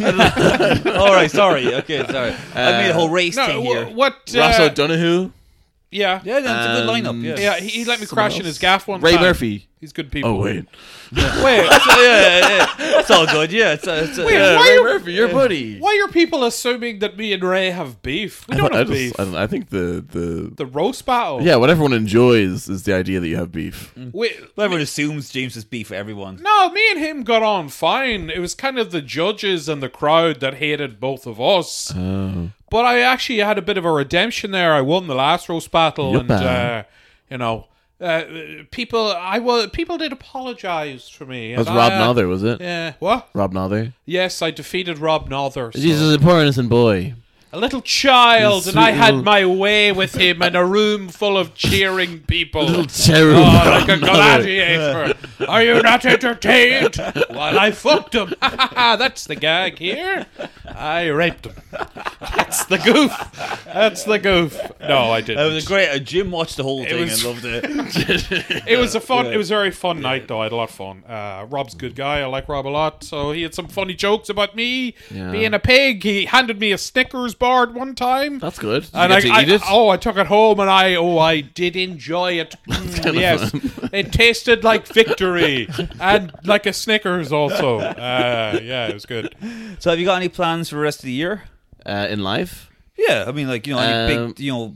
All right. Sorry. Okay. Sorry. Uh, I made a whole race
no.
thing
wh-
here.
What? Uh,
Ross O'Donoghue.
yeah.
Yeah, that's a good lineup.
Um,
Yeah.
Yeah. He, he let me
Someone
crash in
else.
his gaff one
Ray
time.
Murphy.
He's good people.
Oh
*laughs*
wait,
Wait.
*laughs* yeah, yeah, yeah. That's all good. Yeah. It's, a- it's, a-
Wait,
yeah.
why
Ray
are-
Murphy, your buddy.
Why are people assuming that me and Ray have beef? We
I,
don't
I,
have
just-
beef.
I don't- I think the the
the roast battle.
yeah, what everyone enjoys is the idea that you have beef.
We,
Well, everyone assumes James is beef for everyone.
no, Oh, me and him got on fine. It was kind of the judges and the crowd that hated both of us.
Oh.
But I actually had a bit of a redemption there. I won the last roast battle, and uh,
Yuppa.
you know, uh, people, I was people did apologize for me.
That was
and
Rob
I-
Nother, was it?
Yeah. What?
Rob Nother.
Yes, I defeated Rob Nother. so-
He's a poor innocent boy.
A little child, and
Sweet
I had
little-
my way with him in a room full
*laughs*
of cheering people.
*laughs* Little cherub.
Oh, like a gladiator. Are you not entertained?
*laughs*
Well, I fucked him. *laughs* That's the gag here. I raped him. That's the goof. That's the goof. No, I didn't.
It was a great. Uh, Jim watched the whole thing
was-
and loved it. *laughs*
It was a fun. It was a very fun night, though. I had a lot of fun. Uh, Rob's a good guy. I like Rob a lot. So he had some funny jokes about me
Yeah.
being a pig. He handed me a Snickers bar at one time.
That's good. Did
And
you
I,
get to
I-
eat it?
oh, I took it home, and I oh, I did enjoy
*laughs*
it. Mm, yes, it tasted like victory, and like a Snickers also. Uh, yeah, it was good.
so, have you got any plans for the rest of the year?
Uh, in life?
Yeah, I mean, like you know, any
Um,
big, you know,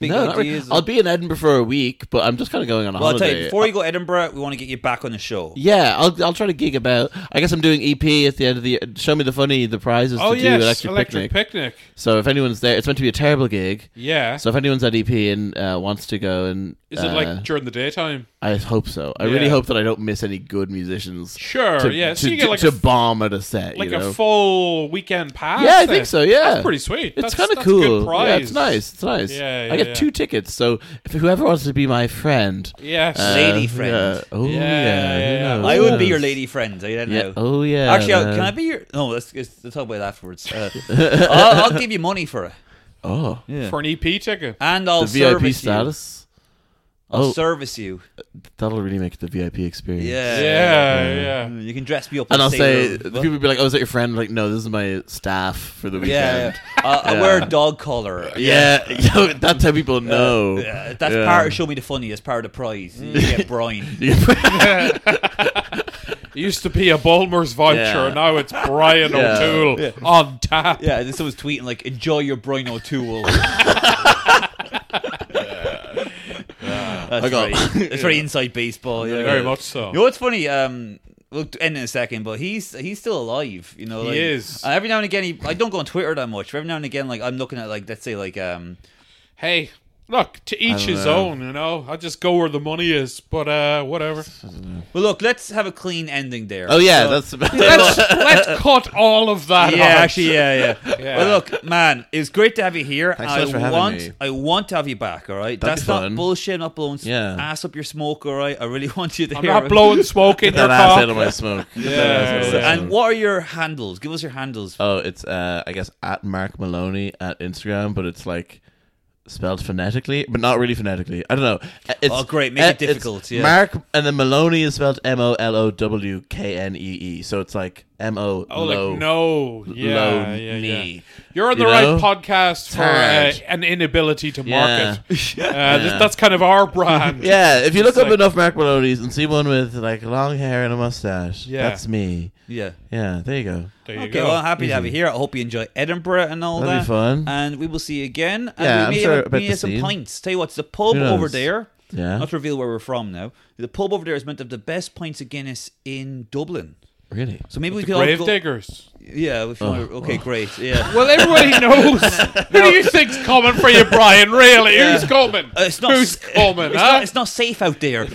big
No, not really.
ideas.
I'll be in Edinburgh for a week, but I'm just kind of going on a
well, I'll
holiday.
tell you. Before you go to Edinburgh, we want to get you back on the show.
yeah, I'll, I'll try to gig about. I guess I'm doing EP at the end of the year. Show me the funny, the prizes
Oh
to
yes,
do at Electric, Picnic.
picnic.
So if anyone's there, it's meant to be a terrible gig.
Yeah,
So if anyone's at EP and uh, wants to go and
is it
uh,
like during the daytime?
I hope so. I really
Yeah.
hope that I don't miss any good musicians.
Sure.
To,
yeah, so
to,
you get like
to
a,
bomb at a set.
like
you know?
a full weekend pass.
Yeah, I
then.
think so. Yeah,
That's pretty sweet.
It's
That's-
kind of
that's a good
cool. Yeah,
prize.
it's nice. It's nice.
Yeah, yeah,
I get
yeah.
two tickets, so if whoever wants to be my friend,
Yes.
uh,
Lady friend.
yeah. Oh
Yeah,
yeah,
yeah, yeah.
who
I would be
knows?
your lady friend. I don't
Yeah.
know.
Oh yeah.
Actually, I-
man.
can I be your? No, let's, let's talk about it afterwards.
*laughs*
Uh, I'll, I'll give you money for it,
Oh,
for an EP ticket.
and I'll
the VIP
service
status.
you. I'll
Oh,
service you.
that'll really make it the VIP experience.
Yeah. Mm,
Yeah, yeah.
You can dress me up.
And I'll say,
sailor-
the people would be like, "Oh, is that your friend?" I'm like, no, this is my staff for the
Yeah,
weekend.
yeah. I, I wear a dog collar.
Yeah, *laughs* that's how people know.
Yeah, that's
Yeah. Mm.
part of show me the funny. That's part of the prize. You get brine.
*laughs*
It used to be a Bulmer's voucher,
Yeah.
and now it's Brian
*laughs* Yeah.
O'Toole on tap.
Yeah, and someone's tweeting like, "Enjoy your brine
*laughs*
O'Toole." That's
I got-
right. It's very inside baseball. Yeah.
*laughs*
Very much so.
You know what's funny? Um, We'll end in a second, but he's he's still alive. You know,
He
like,
is.
uh, Every now and again, he, I don't go on Twitter that much. But every now and again, like I'm looking at like let's say like um
Hey, look, to each his
know.
own, you know? I just go where the money is, but uh,
*laughs*
whatever.
well look, let's have a clean ending there.
Oh yeah,
So-
that's *laughs* about
Let's, let's cut all of that
yeah,
out.
actually, yeah, yeah.
*laughs* Yeah.
Well, look, man, it's great to have you here.
Thanks so
I
much for having
want,
me.
I want to have you back. All right,
That'd be
that's
fun.
not bullshit. Not blowing s-
Yeah.
ass up your smoke. All right, I really *laughs* want you to
I'm
hear.
not
it.
blowing smoke in your
that ass out
cock.
of my smoke. Get that
Yeah,
ass out of my
yeah,
smoke.
And what are your handles? Give us your handles.
Oh, it's uh, I guess at Mark Maloney at Instagram, but it's like spelled phonetically, but not really phonetically. I don't know. Uh, It's,
Oh, great. Make it
uh, it's
difficult, yeah.
Mark and then Maloney is spelled M O L O W K N E E, so it's like M O
Oh,
low
like, no. Yeah,
low
yeah, yeah.
knee.
You're on the
You know?
right podcast for
Tired.
uh, an inability to
Yeah.
market. Uh, th- that's kind of our brand.
Yeah, if you look up
like-
enough Mark Maloney's and see one with like long hair and a mustache,
Yeah.
that's me.
Yeah.
Yeah, there you go.
There you
Okay,
go.
well, I'm happy to have you here. I hope you enjoy Edinburgh and all
That'll be
that.
fun.
And we will see you again. And
Yeah, I'm
we may
sure
have,
about
may
the
have some
scene.
pints. Tell you what, it's the pub
Who knows?
over there.
Yeah.
Not to reveal where we're from now. The pub over there is meant to have the best pints of Guinness in Dublin.
Really?
So maybe we could all
Grave
go.
diggers.
Yeah, if you want
Oh.
to- okay, great.
*laughs*
Yeah.
Well, everybody knows. Who do you think's coming for you, Brian? Really? Who's coming?
Uh, it's not.
Who's
s-
coming?
It's,
huh?
not, it's not safe out there.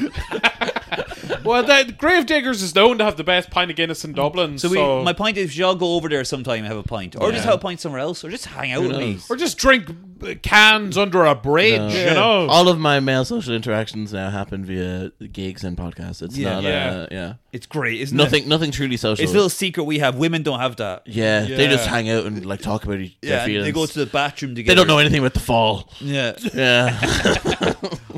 Well, that Grave Diggers is known to have the best pint of Guinness in Dublin. So,
So, we, my point is, we should all go over there sometime and have a pint, or just have a pint somewhere else, or just hang out with me.
or just drink uh, cans under a bridge, you know.
All of my male social interactions now happen via gigs and podcasts. It's
Yeah.
not
Yeah.
Uh, yeah.
It's great, isn't it?
Nothing nothing truly social.
It's a little secret we have. Women don't have that.
Yeah, they just
Yeah.
hang out and like talk about each,
Yeah,
their
and
feelings.
they go to the bathroom together.
They don't know anything about
*laughs*
the fall.
Yeah,
Yeah,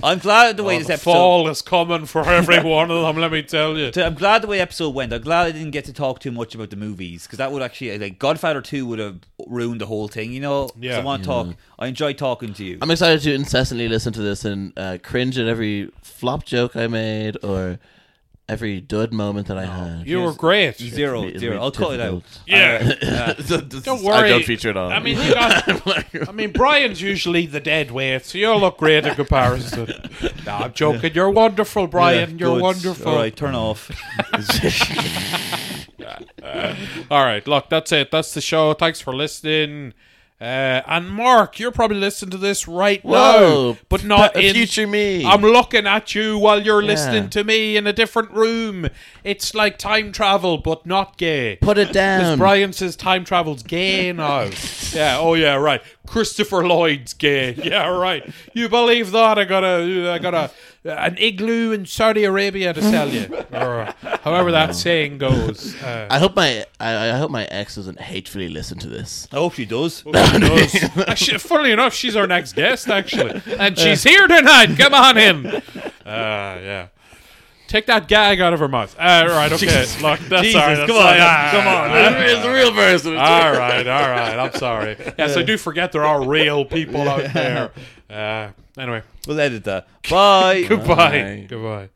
I'm glad
Oh,
the way this
the
episode.
fall is coming for every one of them. Let me tell you.
I'm glad the way episode went. I'm glad I didn't get to talk too much about the movies because that would actually like Godfather Two would have ruined the whole thing. You know, 'Cause
Yeah.
I want to talk. I enjoy talking to you.
I'm excited to incessantly listen to this and uh, cringe at every flop joke I made or every dud moment that I had.
You were great.
Zero,
It'll be
zero. I'll cut it out.
difficult.
Yeah. Don't worry.
I don't feature it on.
I mean,
*laughs*
you got, I mean, Brian's usually the dead weight, so you'll look great
*laughs*
in comparison. no, I'm joking. You're wonderful, Brian.
Yeah,
You're
good.
wonderful.
All right, turn off.
All right, look, that's it. That's the show. Thanks for listening. Uh, and Mark, you're probably listening to this right
Whoa,
now, but not
a
in
future me.
I'm looking at you while you're listening to me in a different room. It's like time travel, but not gay.
Put it down.
Brian says time
*laughs*
travel's gay now. yeah. Oh yeah. Right. Christopher Lloyd's gay. Yeah. Right. You believe that? I got a. I got a. An igloo in Saudi Arabia to sell you, or however that saying goes.
*laughs*
Uh,
I hope my I, I hope my ex doesn't hatefully listen to this.
I hope she does.
knows. Actually, funnily enough, she's our next guest, actually, and she's here tonight. Come
*laughs*
on in. Uh, yeah. Take that gag out of her mouth. Uh, right,
*laughs*
okay. Look, that's all right. That's
come
all
on,
right.
come on.
Ah,
It's the real person.
all right, all right. I'm sorry. Yes, I do forget there are real people out there. Uh, anyway,
We'll edit that. Bye.
goodbye.
Bye.
Goodbye.